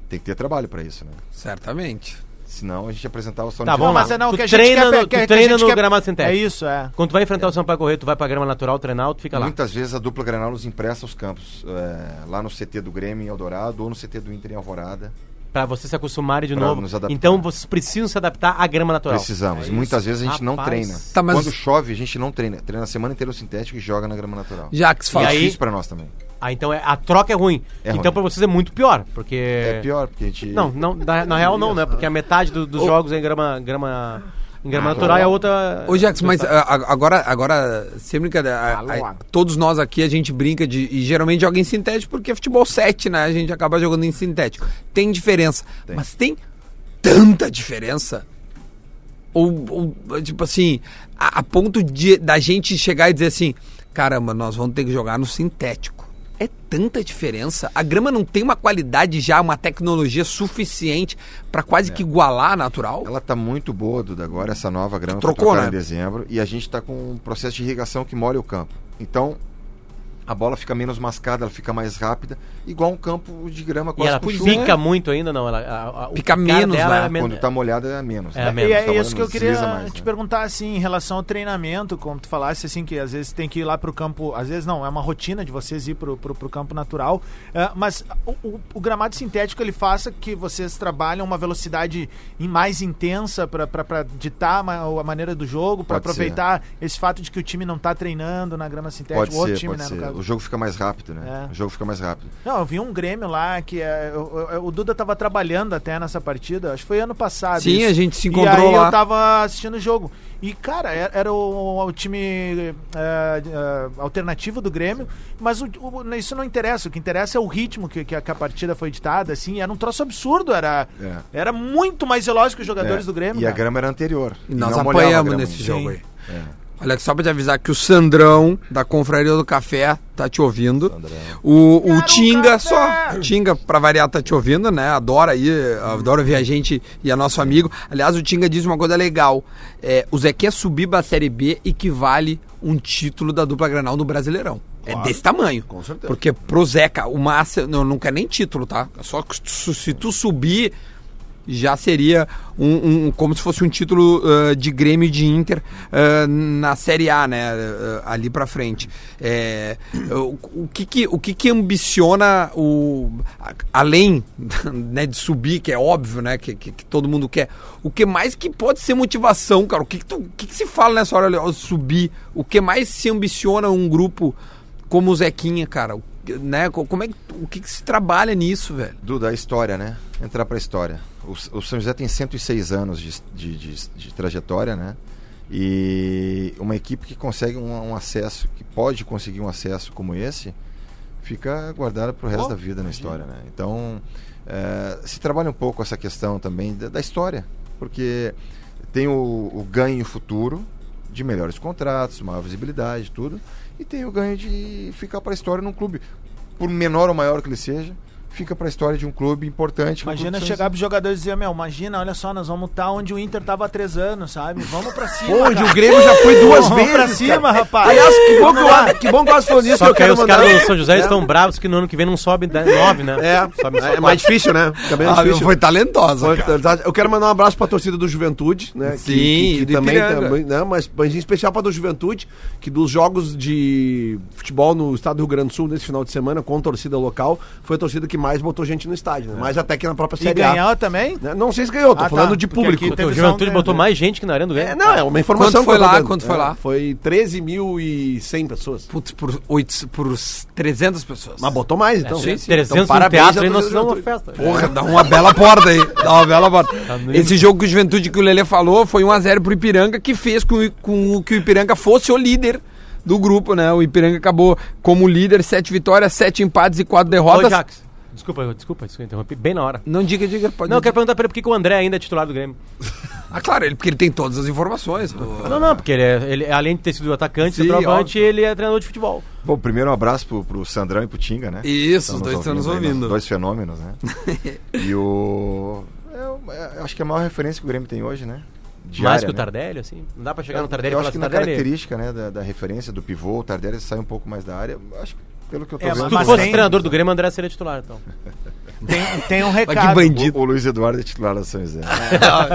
[SPEAKER 8] Tem que ter trabalho pra isso, né?
[SPEAKER 1] Certamente.
[SPEAKER 8] Senão a gente apresentava só
[SPEAKER 2] Ah,
[SPEAKER 5] Tá,
[SPEAKER 8] no
[SPEAKER 5] vamos
[SPEAKER 8] Não,
[SPEAKER 5] lá.
[SPEAKER 8] mas é-
[SPEAKER 5] Tu treina no- tu treina no gramado
[SPEAKER 2] É
[SPEAKER 5] sintético.
[SPEAKER 2] isso, é.
[SPEAKER 5] Quando tu vai enfrentar o Sampaio Correio, tu vai pra grama natural treinar ou tu fica lá?
[SPEAKER 8] Muitas vezes a dupla Granal nos empresta os campos. é, lá no CT do Grêmio em Eldorado ou no CT do Inter em Alvorada.
[SPEAKER 5] Pra vocês se acostumarem de
[SPEAKER 8] Pra
[SPEAKER 5] novo.
[SPEAKER 8] nos adaptar.
[SPEAKER 5] Então vocês precisam se adaptar à grama natural.
[SPEAKER 8] Precisamos.
[SPEAKER 5] É
[SPEAKER 8] E Muitas
[SPEAKER 5] isso.
[SPEAKER 8] vezes a gente não
[SPEAKER 5] Rapaz.
[SPEAKER 8] treina.
[SPEAKER 1] Tá, mas-
[SPEAKER 8] Quando chove, a gente não treina. Treina a semana inteira o sintético e joga na grama natural.
[SPEAKER 1] Jax,
[SPEAKER 5] E
[SPEAKER 1] fala.
[SPEAKER 5] aí?
[SPEAKER 8] É difícil pra nós também.
[SPEAKER 5] Ah, então é, a troca é ruim.
[SPEAKER 8] É
[SPEAKER 5] então
[SPEAKER 8] ruim.
[SPEAKER 5] pra vocês é muito pior, porque...
[SPEAKER 8] É, pior, porque a gente.
[SPEAKER 5] Não, não na, na real não, né? Porque a metade do- dos jogos é em grama, grama, em grama natural e a outra...
[SPEAKER 1] Ô, Jax, mas a- a- agora, agora, sem brincadeira, a- a-
[SPEAKER 2] Alô?
[SPEAKER 1] todos nós aqui a gente brinca de, e geralmente joga em sintético porque é futebol 7, né? A gente acaba jogando em sintético. Tem diferença, mas tem tanta diferença. Ou, ou, tipo assim, a, a ponto de, da gente chegar e dizer assim: caramba, nós vamos ter que jogar no sintético. É tanta diferença. A grama não tem uma qualidade já, uma tecnologia suficiente pra quase que igualar a natural.
[SPEAKER 8] Ela tá muito boa, Duda, agora, essa nova grama que
[SPEAKER 1] Trocou,
[SPEAKER 8] trocaram
[SPEAKER 1] né?
[SPEAKER 8] em dezembro. E a gente tá com um processo de irrigação que molha o campo. Então, a bola fica menos mascada, ela fica mais rápida, igual um campo de grama
[SPEAKER 5] E
[SPEAKER 8] quase
[SPEAKER 5] ela
[SPEAKER 8] com chuva.
[SPEAKER 5] pica muito ainda, não? Ela, a- a- o
[SPEAKER 1] Pica
[SPEAKER 5] picar
[SPEAKER 1] menos, né?
[SPEAKER 5] é men-
[SPEAKER 8] Quando tá molhada é menos.
[SPEAKER 5] É
[SPEAKER 8] né?
[SPEAKER 5] menos,
[SPEAKER 2] E é
[SPEAKER 8] Tá molhando,
[SPEAKER 2] isso que eu queria
[SPEAKER 8] desliza mais,
[SPEAKER 2] te
[SPEAKER 8] né?
[SPEAKER 2] perguntar, assim, em relação ao treinamento, como tu falasse, assim, que às vezes tem que ir lá pro campo, às vezes não, é uma rotina de vocês ir pro, pro, pro campo natural, ah, mas o, o- o gramado sintético ele faça que vocês trabalham uma velocidade em mais intensa pra- pra pra ditar a ma- a maneira do jogo, pra
[SPEAKER 8] Pode ser.
[SPEAKER 2] aproveitar esse fato de que o time não tá treinando na grama sintética,
[SPEAKER 8] Pode
[SPEAKER 2] o outro
[SPEAKER 8] ser,
[SPEAKER 2] time,
[SPEAKER 8] pode
[SPEAKER 2] né,
[SPEAKER 8] ser.
[SPEAKER 2] no caso.
[SPEAKER 8] O jogo fica mais rápido, né?
[SPEAKER 2] É.
[SPEAKER 8] O jogo fica mais rápido.
[SPEAKER 2] Não, eu vi um Grêmio lá que é, eu- eu- o Duda tava trabalhando até nessa partida, acho que foi ano passado.
[SPEAKER 1] Sim, a gente se
[SPEAKER 2] E
[SPEAKER 1] encontrou
[SPEAKER 2] aí
[SPEAKER 1] lá.
[SPEAKER 2] eu tava assistindo o jogo. E, cara, era, era o, o time eh, eh, alternativo do Grêmio, mas o- o- isso não interessa. O que interessa é o ritmo que, que a, que a partida foi ditada, assim. Era um troço absurdo, era,
[SPEAKER 8] É.
[SPEAKER 2] era muito mais veloz que os jogadores
[SPEAKER 8] É.
[SPEAKER 2] do Grêmio.
[SPEAKER 8] E a
[SPEAKER 2] cara.
[SPEAKER 8] grama era anterior.
[SPEAKER 1] E nós
[SPEAKER 8] não molhava a
[SPEAKER 1] apanhamos
[SPEAKER 8] grama É.
[SPEAKER 1] nesse
[SPEAKER 8] ainda.
[SPEAKER 1] jogo aí. Olha, só pra te avisar que o Sandrão, da Confraria do Café, tá te ouvindo. O, o Tinga, só. O Tinga, pra variar, tá te ouvindo, né? Adora aí, adora ver a gente e a nosso amigo. Aliás, o Tinga diz uma coisa legal. É, o Zequinha subir pra Série B equivale um título da dupla Granal no Brasileirão. É desse tamanho. Com certeza. Porque pro Zeca, o Márcio, não, não quer nem título, tá? Só que se tu subir já seria um, um- como se fosse um título ah, de Grêmio e de Inter ah, na Série A, né? ah, ali pra frente. É, o, o que que, o que que ambiciona o a- além né, de subir, que é óbvio, né? Que, que- que todo mundo quer. O que mais que pode ser motivação, cara? O que que, tu- o que que se fala nessa hora, ó, subir? O que mais se ambiciona um grupo como o Zequinha, cara? O que- né? Co- Como é que, o que que se trabalha nisso, velho?
[SPEAKER 8] Duda, a história, né? Entrar pra história. O, S- o São José tem 106 anos de, s- de- de- de trajetória, né? E uma equipe que consegue um, um acesso, que pode conseguir um acesso como esse, fica guardada pro resto da vida na história, né? Então, eh, se trabalha um pouco essa questão também da, da história, porque tem o, o ganho futuro de melhores contratos, maior visibilidade, tudo, e tem o ganho de ficar pra história num clube, por menor ou maior que ele seja, fica pra história de um clube importante. que é o
[SPEAKER 2] Imagina
[SPEAKER 8] clube de São
[SPEAKER 2] chegar pros jogadores e dizer, meu, imagina, olha só, nós vamos estar onde o Inter tava há três anos, sabe? Vamos pra cima.
[SPEAKER 6] Onde
[SPEAKER 2] cara.
[SPEAKER 6] o Grêmio já foi duas
[SPEAKER 2] Vamos
[SPEAKER 6] vezes.
[SPEAKER 2] pra
[SPEAKER 6] cara.
[SPEAKER 2] cima, rapaz.
[SPEAKER 6] Aliás, que bom que, eu, que bom que nós falamos isso.
[SPEAKER 5] Só que aí
[SPEAKER 6] eu quero
[SPEAKER 5] os
[SPEAKER 6] mandar- um-
[SPEAKER 5] caras do São José estão bravos que no ano que vem não sobe 10, 9, né?
[SPEAKER 6] É,
[SPEAKER 5] Sobe só
[SPEAKER 6] é, é
[SPEAKER 5] quatro.
[SPEAKER 6] mais difícil, né? Fica bem
[SPEAKER 1] Ah, meu,
[SPEAKER 6] difícil.
[SPEAKER 1] foi talentosa,
[SPEAKER 6] Foi-
[SPEAKER 1] cara.
[SPEAKER 6] Eu quero mandar um abraço pra torcida do Juventude, né?
[SPEAKER 1] Sim,
[SPEAKER 6] que, que,
[SPEAKER 1] e
[SPEAKER 6] que
[SPEAKER 1] do
[SPEAKER 6] também,
[SPEAKER 1] Ipiranga.
[SPEAKER 6] também, né? Mas, mas em especial pra do Juventude, que dos jogos de futebol no estado do Rio Grande do Sul nesse final de semana, com torcida local, foi a torcida que mais botou gente
[SPEAKER 1] É.
[SPEAKER 6] no estádio, né? Mais até que na própria
[SPEAKER 2] E
[SPEAKER 6] Série A.
[SPEAKER 2] ganhar também?
[SPEAKER 6] Né, Não sei se ganhou, tô
[SPEAKER 2] Ah, tá.
[SPEAKER 6] falando de
[SPEAKER 2] Porque
[SPEAKER 6] público.
[SPEAKER 2] aqui
[SPEAKER 5] O
[SPEAKER 2] teve
[SPEAKER 5] Juventude
[SPEAKER 2] só um-
[SPEAKER 5] botou mais gente que na Arena do
[SPEAKER 6] É,
[SPEAKER 5] Grêmio.
[SPEAKER 6] não, é uma informação
[SPEAKER 1] Quanto foi
[SPEAKER 6] que eu tô
[SPEAKER 1] lá?
[SPEAKER 6] dando.
[SPEAKER 1] Quanto foi
[SPEAKER 6] É,
[SPEAKER 1] lá?
[SPEAKER 6] Foi 13.100 pessoas.
[SPEAKER 1] Putz, por, oito, por 300 pessoas.
[SPEAKER 6] Mas botou mais, então.
[SPEAKER 5] sim, sim.
[SPEAKER 6] Então,
[SPEAKER 5] 300 no
[SPEAKER 6] parabéns à
[SPEAKER 5] teatro, aí nós
[SPEAKER 6] torcida do
[SPEAKER 5] fizemos uma
[SPEAKER 6] Juventude.
[SPEAKER 5] festa.
[SPEAKER 1] Porra, dá uma bela porta aí. Dá uma bela porta.
[SPEAKER 5] no
[SPEAKER 1] Esse jogo que o Juventude que o Lelê falou foi 1x0 pro Ipiranga, que fez com, com o- que o Ipiranga fosse o líder do grupo, né? O Ipiranga acabou como líder, sete vitórias, sete empates e quatro
[SPEAKER 5] Ô,
[SPEAKER 1] derrotas.
[SPEAKER 5] Jax, desculpa, eu- desculpa, desculpa, interrompi bem na hora.
[SPEAKER 1] Não diga, diga, pode
[SPEAKER 5] Não, eu quero perguntar pra ele por que que o André ainda é titular do Grêmio.
[SPEAKER 1] Ah, claro, ele, porque ele tem todas as informações.
[SPEAKER 5] Não, não, porque ele, é- ele, além de ter sido atacante,
[SPEAKER 1] Ah. Sim,
[SPEAKER 5] centroavante, ele é treinador de futebol.
[SPEAKER 8] Bom, primeiro um abraço pro, pro Sandrão e pro Tinga, né?
[SPEAKER 1] Isso,
[SPEAKER 8] Tão
[SPEAKER 1] os
[SPEAKER 8] nos
[SPEAKER 1] dois estão nos
[SPEAKER 8] aí,
[SPEAKER 1] ouvindo.
[SPEAKER 8] né? Dois fenômenos, né? e o. é o- é- acho que é a maior referência que o Grêmio tem hoje, né?
[SPEAKER 5] Mais que o
[SPEAKER 8] né?
[SPEAKER 5] Tardelli, assim. Não dá pra chegar no Tardelli e
[SPEAKER 8] eu
[SPEAKER 5] falar
[SPEAKER 8] acho que
[SPEAKER 5] assim,
[SPEAKER 8] na
[SPEAKER 5] Tardelli.
[SPEAKER 8] característica né, da, da referência do pivô, o Tardelli sai um pouco mais da área. Acho que pelo que eu tô
[SPEAKER 2] É,
[SPEAKER 8] vendo.
[SPEAKER 5] Se tu
[SPEAKER 2] Mas
[SPEAKER 5] fosse
[SPEAKER 2] tem-
[SPEAKER 5] treinador do Grêmio, o André seria titular, então.
[SPEAKER 2] Tem, tem um
[SPEAKER 1] Mas que
[SPEAKER 2] recado.
[SPEAKER 1] bandido.
[SPEAKER 8] O, o Luiz Eduardo é titular da São José.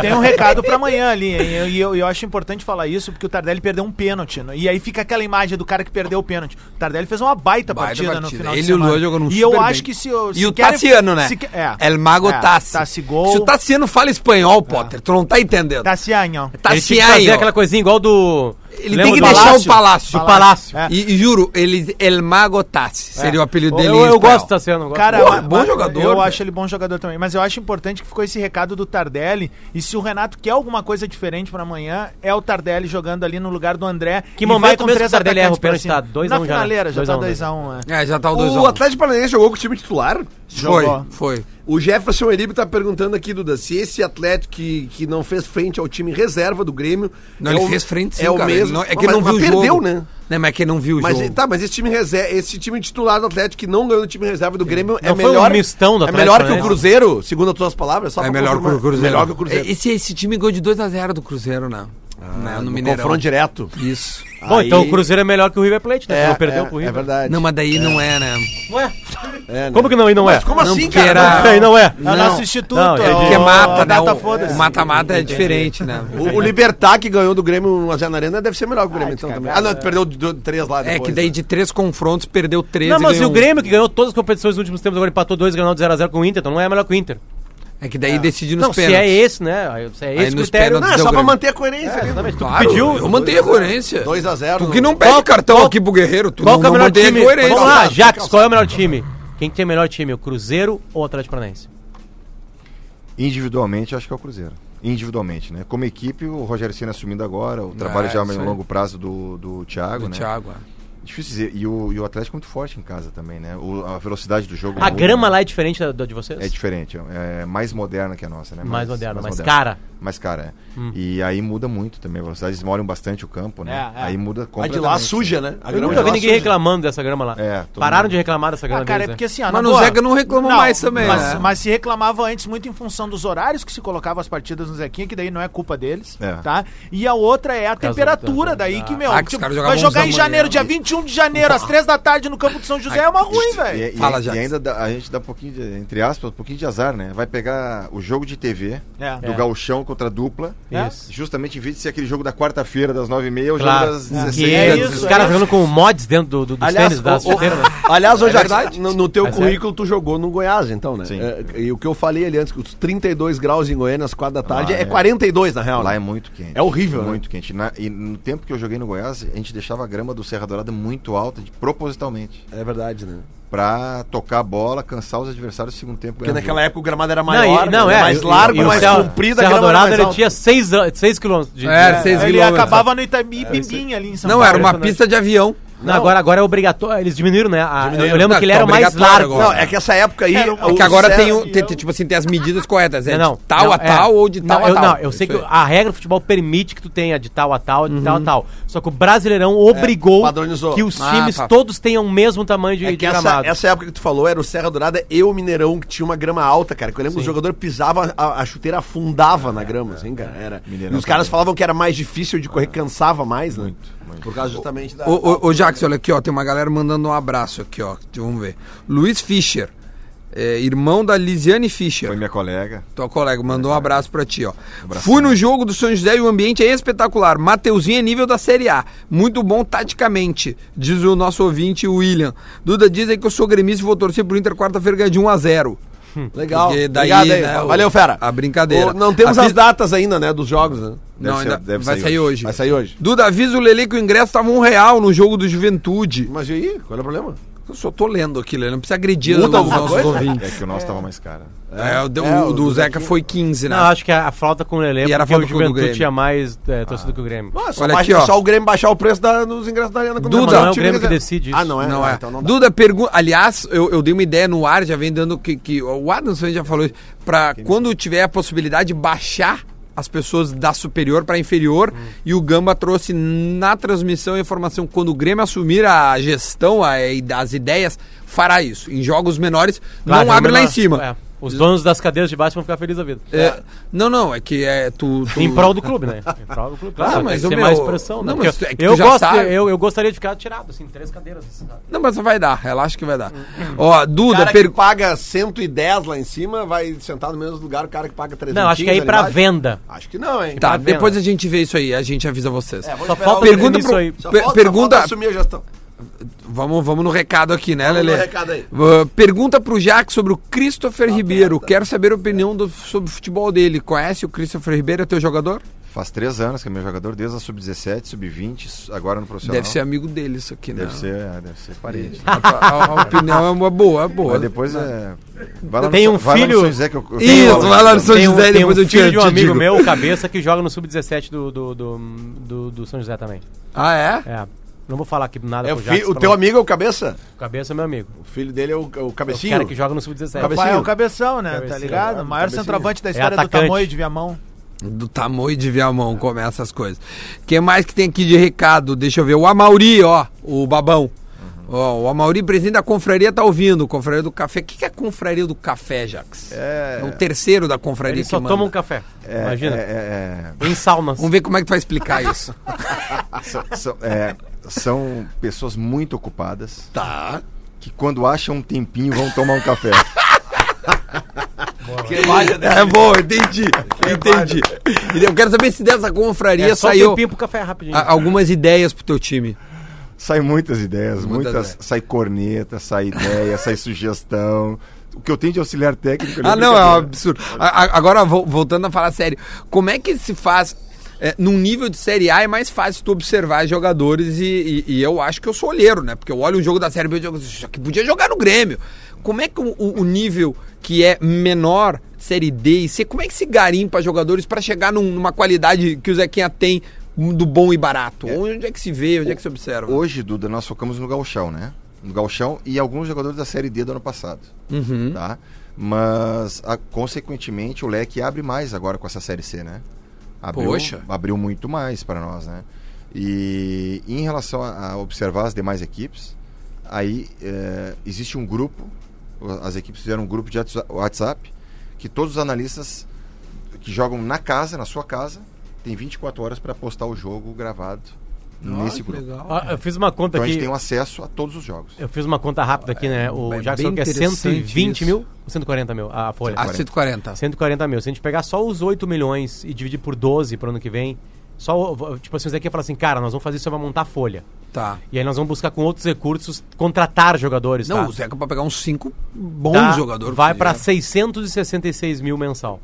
[SPEAKER 2] Tem um recado pra amanhã ali, hein? E eu, e eu, eu acho importante falar isso, porque o Tardelli perdeu um pênalti. né? E aí fica aquela imagem do cara que perdeu o pênalti. O Tardelli fez uma baita,
[SPEAKER 1] Baita
[SPEAKER 2] partida, no
[SPEAKER 1] partida.
[SPEAKER 2] final
[SPEAKER 1] Ele
[SPEAKER 2] de
[SPEAKER 1] e o
[SPEAKER 2] semana.
[SPEAKER 1] Luan jogaram
[SPEAKER 2] E
[SPEAKER 1] super
[SPEAKER 2] eu
[SPEAKER 1] bem.
[SPEAKER 2] acho que se... eu- se
[SPEAKER 1] E o
[SPEAKER 2] querem-
[SPEAKER 1] Tassiano, né?
[SPEAKER 2] se que- é.
[SPEAKER 1] El Mago
[SPEAKER 2] É,
[SPEAKER 1] Tassi.
[SPEAKER 2] Tassi gol.
[SPEAKER 1] Se o Tassiano fala espanhol, Potter, tu não tá entendendo.
[SPEAKER 2] Tassiano.
[SPEAKER 1] Tá
[SPEAKER 5] Ele tinha que
[SPEAKER 1] Tassiano.
[SPEAKER 5] fazer aquela coisinha igual do...
[SPEAKER 1] Ele
[SPEAKER 5] lembra
[SPEAKER 1] tem que
[SPEAKER 5] do
[SPEAKER 1] deixar o palácio.
[SPEAKER 5] Do Palácio.
[SPEAKER 2] É.
[SPEAKER 1] E juro, ele El Mago Tassi seria o apelido
[SPEAKER 5] Eu,
[SPEAKER 1] dele.
[SPEAKER 5] eu,
[SPEAKER 1] em espanhol.
[SPEAKER 5] gosto do Tassiano, eu gosto.
[SPEAKER 2] Cara,
[SPEAKER 1] Porra,
[SPEAKER 2] ma-
[SPEAKER 1] bom
[SPEAKER 2] ma-
[SPEAKER 1] jogador,
[SPEAKER 2] Eu
[SPEAKER 5] né?
[SPEAKER 1] velho.
[SPEAKER 2] acho ele bom jogador também. Mas eu acho importante que ficou esse recado do Tardelli. E se o Renato quer alguma coisa diferente pra amanhã, é o Tardelli jogando ali no lugar do André.
[SPEAKER 5] Que
[SPEAKER 2] E
[SPEAKER 5] momento
[SPEAKER 2] vai com
[SPEAKER 5] mesmo
[SPEAKER 2] três
[SPEAKER 5] que o Tardelli erra o
[SPEAKER 2] atacantes pra
[SPEAKER 5] pênalti,
[SPEAKER 2] cima.
[SPEAKER 5] tá? Dois a
[SPEAKER 2] Na
[SPEAKER 5] um já, né?
[SPEAKER 2] finaleira já
[SPEAKER 5] Dois a
[SPEAKER 2] tá
[SPEAKER 5] um,
[SPEAKER 2] 2x1.
[SPEAKER 1] É, já tá o 2
[SPEAKER 6] O Atlético Paranaense jogou com o time titular?
[SPEAKER 1] Foi,
[SPEAKER 2] Jogou.
[SPEAKER 1] foi.
[SPEAKER 6] O Jefferson Eribe tá perguntando aqui, Duda, se esse Atlético que, que não fez frente ao time reserva do Grêmio.
[SPEAKER 1] Não,
[SPEAKER 6] é
[SPEAKER 1] ele
[SPEAKER 6] o-
[SPEAKER 1] fez frente sim,
[SPEAKER 6] é o
[SPEAKER 1] cara.
[SPEAKER 6] mesmo.
[SPEAKER 1] Ele não- é que ele
[SPEAKER 6] Mas-
[SPEAKER 1] não
[SPEAKER 6] mas
[SPEAKER 1] viu o jogo.
[SPEAKER 6] perdeu, né?
[SPEAKER 1] Não, mas é que ele não viu o
[SPEAKER 6] Mas,
[SPEAKER 1] jogo.
[SPEAKER 6] tá, mas esse time reserva, esse time titular do Atlético que não ganhou do time reserva do Grêmio é
[SPEAKER 5] Não foi um
[SPEAKER 6] melhor.
[SPEAKER 5] mistão do
[SPEAKER 6] é
[SPEAKER 5] Atlético né?
[SPEAKER 6] melhor que o
[SPEAKER 5] Paranaense.
[SPEAKER 6] Cruzeiro, segundo as tuas palavras, só
[SPEAKER 1] É
[SPEAKER 6] pra
[SPEAKER 1] melhor que
[SPEAKER 6] confirmar.
[SPEAKER 1] o Cruzeiro.
[SPEAKER 6] Melhor que o Cruzeiro.
[SPEAKER 1] É, Esse, esse time ganhou de 2x0 do Cruzeiro, né? Né, no
[SPEAKER 6] No
[SPEAKER 1] Mineirão.
[SPEAKER 6] confronto direto.
[SPEAKER 1] Isso.
[SPEAKER 5] Bom, então
[SPEAKER 6] Aí-
[SPEAKER 5] o Cruzeiro é melhor que o River Plate, né?
[SPEAKER 6] É,
[SPEAKER 5] não perdeu
[SPEAKER 6] é,
[SPEAKER 5] pro
[SPEAKER 6] é
[SPEAKER 5] River.
[SPEAKER 6] verdade.
[SPEAKER 1] Não, mas daí não é, né?
[SPEAKER 5] Ué?
[SPEAKER 6] É, né?
[SPEAKER 5] Como que não? E não é?
[SPEAKER 6] Mas como
[SPEAKER 1] Não,
[SPEAKER 6] assim,
[SPEAKER 1] porque
[SPEAKER 6] cara?
[SPEAKER 1] era-
[SPEAKER 5] Não, e não é?
[SPEAKER 2] É o
[SPEAKER 1] Não.
[SPEAKER 2] nosso instituto.
[SPEAKER 5] Não,
[SPEAKER 2] é
[SPEAKER 5] entendi.
[SPEAKER 2] o-
[SPEAKER 1] Porque mata,
[SPEAKER 2] a
[SPEAKER 1] né?
[SPEAKER 2] data
[SPEAKER 1] O-
[SPEAKER 2] foda-se.
[SPEAKER 1] O mata-mata é diferente, né?
[SPEAKER 6] O, o Libertar que ganhou do Grêmio 1x0 na Arena deve ser melhor que o Grêmio, então também. Ah, não, perdeu de do- três lá
[SPEAKER 1] um. É
[SPEAKER 6] depois.
[SPEAKER 1] que daí
[SPEAKER 6] né?
[SPEAKER 1] de três confrontos perdeu três
[SPEAKER 5] Não,
[SPEAKER 1] e
[SPEAKER 5] mas e
[SPEAKER 1] ganhou
[SPEAKER 5] o
[SPEAKER 1] um.
[SPEAKER 5] Grêmio, que ganhou todas as competições nos últimos tempos, agora empatou dois, ganhou de 0x0 com o Inter, então não é melhor que o Inter.
[SPEAKER 1] É que daí decide nos
[SPEAKER 5] Não, se
[SPEAKER 1] pênaltis.
[SPEAKER 5] é esse, né? aí- Se é esse o
[SPEAKER 1] nos
[SPEAKER 5] critério.
[SPEAKER 1] pênaltis
[SPEAKER 6] Não, é
[SPEAKER 1] deu
[SPEAKER 6] só pra
[SPEAKER 1] Grêmio.
[SPEAKER 6] manter a
[SPEAKER 1] É.
[SPEAKER 6] coerência. ali.
[SPEAKER 5] Exatamente, tu
[SPEAKER 1] Claro,
[SPEAKER 5] pediu.
[SPEAKER 1] eu mantenho a coerência.
[SPEAKER 6] 2x0.
[SPEAKER 1] Tu que não pede cartão aqui pro Guerreiro, tu
[SPEAKER 5] Qual
[SPEAKER 1] não,
[SPEAKER 5] que é o
[SPEAKER 1] não
[SPEAKER 5] melhor
[SPEAKER 1] mantém a
[SPEAKER 5] time?
[SPEAKER 1] coerência.
[SPEAKER 5] Vamos lá, Jax, qual é o melhor time? Quem que tem o melhor time, o Cruzeiro ou o Atlético Paranaense?
[SPEAKER 8] Individualmente, acho que é o Cruzeiro. Individualmente, né? Como equipe, o Rogério Senna assumindo agora, o trabalho
[SPEAKER 1] É,
[SPEAKER 8] já a
[SPEAKER 1] isso aí.
[SPEAKER 8] longo prazo do, do Thiago,
[SPEAKER 1] Do
[SPEAKER 8] né?
[SPEAKER 1] Thiago, é.
[SPEAKER 8] Difícil dizer. E o, e o Atlético é muito forte em casa também, né? O- a velocidade do jogo.
[SPEAKER 5] A
[SPEAKER 8] muda,
[SPEAKER 5] grama
[SPEAKER 8] né?
[SPEAKER 5] lá é diferente da, da de vocês?
[SPEAKER 8] É diferente, é mais moderna que a nossa, né?
[SPEAKER 5] Mais moderna, mais
[SPEAKER 8] moderna.
[SPEAKER 5] cara.
[SPEAKER 8] mais cara. é. E aí muda muito também. A velocidade esmolam bastante o campo, né?
[SPEAKER 2] É, é.
[SPEAKER 8] Aí muda
[SPEAKER 6] A de
[SPEAKER 8] completamente.
[SPEAKER 6] lá suja, né? A
[SPEAKER 5] Eu
[SPEAKER 6] grama
[SPEAKER 5] nunca
[SPEAKER 6] de lá
[SPEAKER 5] vi ninguém
[SPEAKER 6] suja.
[SPEAKER 5] reclamando dessa grama lá.
[SPEAKER 8] É, todo
[SPEAKER 5] Pararam
[SPEAKER 8] mundo-
[SPEAKER 5] de reclamar dessa grama.
[SPEAKER 2] Ah, cara, é
[SPEAKER 5] deles, né?
[SPEAKER 2] porque assim, ó,
[SPEAKER 1] Mas
[SPEAKER 2] na
[SPEAKER 1] no
[SPEAKER 2] boa-
[SPEAKER 1] Zeca não reclamou mais também,
[SPEAKER 2] Mas,
[SPEAKER 1] né?
[SPEAKER 2] mas se reclamava antes muito em função dos horários que se colocava as partidas no Zequinha, que daí não é culpa deles,
[SPEAKER 8] É.
[SPEAKER 2] tá? E a outra é a
[SPEAKER 5] causa
[SPEAKER 2] temperatura,
[SPEAKER 5] da-
[SPEAKER 2] daí
[SPEAKER 5] da-
[SPEAKER 2] que, meu,
[SPEAKER 1] Ah, que os
[SPEAKER 2] tipo,
[SPEAKER 1] caras jogavam
[SPEAKER 2] vai
[SPEAKER 1] uns
[SPEAKER 2] jogar
[SPEAKER 1] da
[SPEAKER 2] em
[SPEAKER 1] manhã,
[SPEAKER 2] janeiro, dia
[SPEAKER 1] né?
[SPEAKER 2] 21 de janeiro, às 3 da tarde no campo de São José é uma ruim, velho.
[SPEAKER 8] E, é, e-
[SPEAKER 1] Fala,
[SPEAKER 8] e
[SPEAKER 1] Jackson.
[SPEAKER 8] ainda dá- a gente dá um pouquinho, de, entre aspas, um pouquinho de azar, né? Vai pegar o jogo de TV
[SPEAKER 2] É.
[SPEAKER 8] do gauchão contra a dupla,
[SPEAKER 2] né?
[SPEAKER 5] Isso.
[SPEAKER 8] justamente em vez de ser aquele jogo da quarta-feira das nove e meia, é o
[SPEAKER 5] Claro. Ah,
[SPEAKER 8] jogo das
[SPEAKER 5] Que
[SPEAKER 8] 16
[SPEAKER 2] É
[SPEAKER 8] das
[SPEAKER 2] isso,
[SPEAKER 5] os
[SPEAKER 8] 18.
[SPEAKER 2] é
[SPEAKER 5] caras
[SPEAKER 2] isso.
[SPEAKER 5] jogando com mods dentro do, do, dos tênis da
[SPEAKER 6] o- o-
[SPEAKER 5] chuteira, né?
[SPEAKER 6] aliás, ô
[SPEAKER 1] É
[SPEAKER 6] Jackson,
[SPEAKER 1] verdade.
[SPEAKER 6] no, no teu
[SPEAKER 5] É
[SPEAKER 6] currículo tu jogou no Goiás, então, né?
[SPEAKER 8] Sim.
[SPEAKER 6] É, e o que eu falei ali antes, que os 32 graus em Goiânia às 4
[SPEAKER 5] Ah,
[SPEAKER 6] da tarde
[SPEAKER 8] Lá
[SPEAKER 6] é,
[SPEAKER 8] é-
[SPEAKER 6] 42, na real.
[SPEAKER 8] Lá
[SPEAKER 6] né?
[SPEAKER 8] é muito quente.
[SPEAKER 6] É horrível, né?
[SPEAKER 8] Muito quente. Na- e no tempo que eu joguei no Goiás, a gente deixava a grama do Serra Dourada muito alta, de- propositalmente,
[SPEAKER 6] É verdade, né?
[SPEAKER 8] pra tocar a bola, cansar os adversários no segundo tempo.
[SPEAKER 6] Porque
[SPEAKER 8] ganhar o
[SPEAKER 6] naquela
[SPEAKER 8] jogo.
[SPEAKER 6] época o gramado era
[SPEAKER 5] Não, e-
[SPEAKER 6] maior,
[SPEAKER 5] não,
[SPEAKER 6] era
[SPEAKER 5] é,
[SPEAKER 6] mais
[SPEAKER 5] e-
[SPEAKER 6] largo,
[SPEAKER 5] e o
[SPEAKER 6] mais
[SPEAKER 5] Serra-
[SPEAKER 6] comprido, a
[SPEAKER 5] Serra
[SPEAKER 6] grama era
[SPEAKER 5] Dourada
[SPEAKER 6] mais
[SPEAKER 5] ele
[SPEAKER 6] alta.
[SPEAKER 5] tinha 6 quilômetros. de-
[SPEAKER 1] É,
[SPEAKER 5] de-
[SPEAKER 1] seis
[SPEAKER 2] Ele
[SPEAKER 1] quilômetros.
[SPEAKER 2] acabim no Itaibimbim ali em São
[SPEAKER 1] É, Não,
[SPEAKER 5] é
[SPEAKER 2] Paulo.
[SPEAKER 1] era uma pista de avião.
[SPEAKER 5] Não, agora, agora é obrigatório. Eles diminuíram, né? A- eu- eu lembro
[SPEAKER 1] Não,
[SPEAKER 5] que ele
[SPEAKER 1] tá
[SPEAKER 5] era o mais
[SPEAKER 1] obrigatório
[SPEAKER 5] largo.
[SPEAKER 1] agora.
[SPEAKER 6] Não, é que essa época aí.
[SPEAKER 2] Era um-
[SPEAKER 6] o
[SPEAKER 1] É que agora
[SPEAKER 6] Serra-
[SPEAKER 1] tem, o- tem, tem, tipo assim, tem as medidas corretas. É
[SPEAKER 5] Não, não,
[SPEAKER 1] de tal
[SPEAKER 5] não,
[SPEAKER 1] a
[SPEAKER 5] é.
[SPEAKER 1] tal ou de tal
[SPEAKER 5] não,
[SPEAKER 1] a
[SPEAKER 5] eu,
[SPEAKER 1] tal.
[SPEAKER 5] Não, eu sei
[SPEAKER 1] Isso aí.
[SPEAKER 5] que
[SPEAKER 1] Uhum.
[SPEAKER 5] a regra do futebol permite que tu tenha de tal a tal, de tal a tal. Só que o Brasileirão obrigou
[SPEAKER 6] padronizou.
[SPEAKER 5] que os
[SPEAKER 1] Ah,
[SPEAKER 5] times
[SPEAKER 1] tá.
[SPEAKER 5] todos tenham o mesmo tamanho de,
[SPEAKER 6] É
[SPEAKER 5] de
[SPEAKER 6] que essa,
[SPEAKER 5] gramado.
[SPEAKER 6] essa época que tu falou era o Serra Dourada e o Mineirão, que tinha uma grama alta, cara. Que eu lembro que o jogador pisava, a, a chuteira afundava na grama, assim, cara. Era.
[SPEAKER 8] Mineirão
[SPEAKER 6] e os caras
[SPEAKER 8] também.
[SPEAKER 6] falavam que era mais difícil de
[SPEAKER 1] Ah,
[SPEAKER 6] correr, cansava mais, né? Por causa justamente da.
[SPEAKER 1] Ô, ô, ô, Jackson, olha aqui, ó. Tem uma galera mandando um abraço aqui, ó. Vamos ver. Luiz Fischer, é, irmão da Lisiane Fischer.
[SPEAKER 8] Foi minha colega.
[SPEAKER 1] Tua colega mandou um abraço pra ti, ó. Fui no jogo do São José e o ambiente é espetacular. Mateuzinho é nível da Série A. Muito bom taticamente, diz o nosso ouvinte o William. Duda diz aí que eu sou gremista e vou torcer pro Inter quarta-feira ganhar de 1 a 0
[SPEAKER 6] Legal.
[SPEAKER 1] Porque daí,
[SPEAKER 6] Obrigado aí.
[SPEAKER 1] né, o-
[SPEAKER 6] Valeu, fera.
[SPEAKER 1] a brincadeira.
[SPEAKER 6] Ô, não temos
[SPEAKER 1] A
[SPEAKER 6] as
[SPEAKER 1] fi-
[SPEAKER 6] datas ainda, né? Dos jogos, né?
[SPEAKER 8] Deve
[SPEAKER 1] Não,
[SPEAKER 8] ser-
[SPEAKER 1] ainda
[SPEAKER 8] deve
[SPEAKER 1] vai
[SPEAKER 8] sair
[SPEAKER 1] sair hoje.
[SPEAKER 6] Vai sair hoje.
[SPEAKER 1] Duda avisa o Lele que o ingresso tava um real no jogo do Juventude.
[SPEAKER 6] Mas e aí? Qual é o problema?
[SPEAKER 1] Eu só tô lendo aqui, Lele. Não precisa agredir
[SPEAKER 6] Muda
[SPEAKER 1] os
[SPEAKER 6] alguma
[SPEAKER 1] nossos
[SPEAKER 6] coisa?
[SPEAKER 1] ouvintes.
[SPEAKER 8] É que o nosso tava mais caro.
[SPEAKER 1] É, o, do-
[SPEAKER 6] É,
[SPEAKER 1] o
[SPEAKER 6] o
[SPEAKER 1] do
[SPEAKER 6] do
[SPEAKER 1] Zeca foi 15, né?
[SPEAKER 5] Não, acho que a, a falta com o Lelê,
[SPEAKER 1] E era
[SPEAKER 5] porque
[SPEAKER 1] falta
[SPEAKER 5] o
[SPEAKER 1] com o do
[SPEAKER 5] Juventude
[SPEAKER 1] Grêmio.
[SPEAKER 5] tinha mais é, torcida que o Grêmio.
[SPEAKER 6] Ah, só,
[SPEAKER 1] Olha
[SPEAKER 6] baixa-
[SPEAKER 1] aqui, ó.
[SPEAKER 6] só o Grêmio baixar o preço da- dos ingressos da Arena
[SPEAKER 1] Duda,
[SPEAKER 6] mas
[SPEAKER 1] não é o
[SPEAKER 6] time
[SPEAKER 5] Grêmio que
[SPEAKER 6] quiser.
[SPEAKER 5] decide isso.
[SPEAKER 6] Ah, não é?
[SPEAKER 1] Não
[SPEAKER 6] Ah,
[SPEAKER 1] é.
[SPEAKER 6] Então não dá.
[SPEAKER 1] Duda pergunta. Aliás, eu, eu dei uma ideia no ar, já vem dando que, que o Adams já falou isso, pra quando tiver a possibilidade de baixar as pessoas da superior para inferior e o Gamba trouxe na transmissão a informação quando o Grêmio assumir a gestão, a, as ideias, fará isso. Em jogos menores
[SPEAKER 5] Claro,
[SPEAKER 1] não abre lá
[SPEAKER 5] mas-
[SPEAKER 1] em cima.
[SPEAKER 5] é, os donos das cadeiras de baixo vão ficar felizes da vida.
[SPEAKER 1] É, não, não, é que é tu, tu-
[SPEAKER 5] Em prol do clube, né? Em prol do clube, claro.
[SPEAKER 1] Ah,
[SPEAKER 5] tem
[SPEAKER 1] mas
[SPEAKER 5] que
[SPEAKER 1] o
[SPEAKER 5] ser
[SPEAKER 1] meu-
[SPEAKER 5] mais pressão, né?
[SPEAKER 1] não, mas
[SPEAKER 5] Porque
[SPEAKER 1] é que
[SPEAKER 5] eu,
[SPEAKER 1] tu já
[SPEAKER 5] gosto,
[SPEAKER 1] sabe.
[SPEAKER 5] eu, eu gostaria de ficar tirado, assim, três cadeiras. assim, sabe?
[SPEAKER 1] Não, mas vai dar, relaxa que vai dar. Ó, Duda,
[SPEAKER 6] cara
[SPEAKER 1] per-
[SPEAKER 6] que paga 110 lá em cima vai sentar no mesmo lugar o cara que paga 300.
[SPEAKER 5] Não, acho que é ir pra venda.
[SPEAKER 6] Acho que não, hein? É,
[SPEAKER 1] Tá,
[SPEAKER 5] Tá vendo?
[SPEAKER 1] depois a gente vê isso aí, a gente avisa vocês.
[SPEAKER 6] vou
[SPEAKER 5] Só
[SPEAKER 6] esperar
[SPEAKER 5] falta
[SPEAKER 6] o-
[SPEAKER 1] Pergunta
[SPEAKER 5] isso
[SPEAKER 1] pro-
[SPEAKER 5] aí.
[SPEAKER 6] Só
[SPEAKER 1] pe-
[SPEAKER 6] falta-
[SPEAKER 1] pergunta-
[SPEAKER 6] falta assumir a gestão.
[SPEAKER 1] Vamos, vamos no recado aqui, né,
[SPEAKER 6] Vamos no
[SPEAKER 1] Lelê?
[SPEAKER 6] recado aí. Tá
[SPEAKER 1] Uh, pergunta pro Jack sobre o Christopher Ribeiro. Quero saber a opinião do- sobre o futebol dele. Conhece o Christopher Ribeiro, é teu jogador?
[SPEAKER 8] Faz três anos que é meu jogador, desde a sub-17, sub-20, agora no profissional.
[SPEAKER 1] Deve ser amigo dele isso aqui, né?
[SPEAKER 8] Deve ser, é, deve ser parente.
[SPEAKER 1] A, tua- a- a opinião é uma boa, é boa.
[SPEAKER 8] Mas depois é. Vai lá no
[SPEAKER 5] Tem
[SPEAKER 8] São-
[SPEAKER 5] um
[SPEAKER 8] vai lá no
[SPEAKER 5] filho-
[SPEAKER 8] São José que eu- eu-
[SPEAKER 1] Isso, vai lá no São
[SPEAKER 5] Tem um,
[SPEAKER 1] José,
[SPEAKER 5] tem um
[SPEAKER 1] depois eu te,
[SPEAKER 5] filho de um
[SPEAKER 1] te
[SPEAKER 5] amigo
[SPEAKER 1] digo.
[SPEAKER 5] meu, cabeça, que joga no sub-17 do, do, do, do, do São José também.
[SPEAKER 1] Ah, é?
[SPEAKER 5] É. Não vou falar aqui nada
[SPEAKER 6] É o,
[SPEAKER 5] pro
[SPEAKER 6] fi-
[SPEAKER 5] Jackson,
[SPEAKER 6] o
[SPEAKER 5] pra
[SPEAKER 6] teu
[SPEAKER 5] não-
[SPEAKER 6] amigo é o cabeça?
[SPEAKER 5] Cabeça é meu amigo.
[SPEAKER 6] O filho dele é o, é o
[SPEAKER 5] É o
[SPEAKER 6] cabecinho?
[SPEAKER 5] cara que joga no sub-17.
[SPEAKER 6] Cabecinho.
[SPEAKER 2] Pai, é o cabeção, né? Tá
[SPEAKER 5] Cabecinho,
[SPEAKER 2] ligado? O maior
[SPEAKER 6] cabecinho.
[SPEAKER 2] centroavante da história do
[SPEAKER 5] é, atacante.
[SPEAKER 2] tamanho de Viamão.
[SPEAKER 1] Do tamanho de Viamão, começa as é coisas. O que mais que tem aqui de recado? Deixa eu ver. O Amauri, ó, o babão.
[SPEAKER 6] Uhum.
[SPEAKER 1] Ó, o Amauri, presidente da confraria, tá ouvindo. Confraria do café. O que, que é a confraria do café, Jax?
[SPEAKER 8] É.
[SPEAKER 1] o terceiro da confraria
[SPEAKER 5] Eles só
[SPEAKER 1] que
[SPEAKER 5] tomam
[SPEAKER 1] manda.
[SPEAKER 5] um café.
[SPEAKER 8] É,
[SPEAKER 5] Imagina.
[SPEAKER 8] é, é,
[SPEAKER 5] Em saunas.
[SPEAKER 1] Vamos ver como é que tu vai explicar isso.
[SPEAKER 8] é, são, são- é, são pessoas muito ocupadas
[SPEAKER 6] Tá.
[SPEAKER 8] que quando acham um tempinho vão tomar um café.
[SPEAKER 1] É bom, entendi. Entendi. Eu quero saber se dessa confraria
[SPEAKER 5] É só um
[SPEAKER 1] saiu
[SPEAKER 5] tempinho pro café rapidinho.
[SPEAKER 1] a- algumas ideias pro teu time.
[SPEAKER 8] Sai muitas ideias,
[SPEAKER 1] Muitas
[SPEAKER 8] muitas,
[SPEAKER 1] ideias.
[SPEAKER 8] sai corneta, sai ideia, sai sugestão. O que eu tenho de auxiliar técnico ali
[SPEAKER 1] Ah, não, é um
[SPEAKER 8] brincadeira.
[SPEAKER 1] absurdo. A- a- agora, vo- voltando a falar sério, como é que se faz. É, num nível de Série A é mais fácil tu observar jogadores e, e- e eu acho que eu sou olheiro, né? Porque eu olho um jogo da Série B e digo, isso aqui podia jogar no Grêmio. Como é que o, o- o nível que é menor, Série D e C, como é que se garimpa jogadores pra chegar num- numa qualidade que o Zequinha tem do bom e barato? Onde é que se vê, onde é que se observa?
[SPEAKER 8] Hoje, Duda, nós focamos no gauchão, né? no Galchão e alguns jogadores da Série D do ano passado,
[SPEAKER 1] Uhum.
[SPEAKER 8] tá? Mas, a- consequentemente, o leque abre mais agora com essa Série C, né? Abriu,
[SPEAKER 1] Poxa.
[SPEAKER 8] Abriu muito mais para nós, né? E em relação a, a observar as demais equipes, aí eh, existe um grupo, o- as equipes fizeram um grupo de whatsa- WhatsApp, que todos os analistas que jogam na casa, na sua casa, tem 24 horas para postar o jogo gravado nesse grupo.
[SPEAKER 5] Ah, Eu fiz uma conta
[SPEAKER 8] Então a
[SPEAKER 5] aqui.
[SPEAKER 8] gente tem um acesso a todos os jogos.
[SPEAKER 5] Eu fiz uma conta rápida aqui, né? O
[SPEAKER 1] É
[SPEAKER 5] Jackson
[SPEAKER 1] bem
[SPEAKER 5] quer
[SPEAKER 1] interessante
[SPEAKER 5] 120
[SPEAKER 1] isso. Ah,
[SPEAKER 5] mil ou 140 mil a folha. Ah,
[SPEAKER 1] A 140.
[SPEAKER 5] 140 mil. Se a gente pegar só os 8 milhões e dividir por 12 pro ano que vem, só, o- tipo assim, o Zequinha fala assim, cara, nós vamos fazer isso, vai montar a folha.
[SPEAKER 1] Tá.
[SPEAKER 5] E aí nós vamos buscar com outros recursos, contratar jogadores,
[SPEAKER 1] Não,
[SPEAKER 5] tá?
[SPEAKER 1] o Zeca é pra pegar uns 5 bons
[SPEAKER 5] Dá-
[SPEAKER 1] jogadores.
[SPEAKER 5] Tá, Vai
[SPEAKER 1] que é-
[SPEAKER 5] pra
[SPEAKER 1] fizeram.
[SPEAKER 5] 666 mil mensal.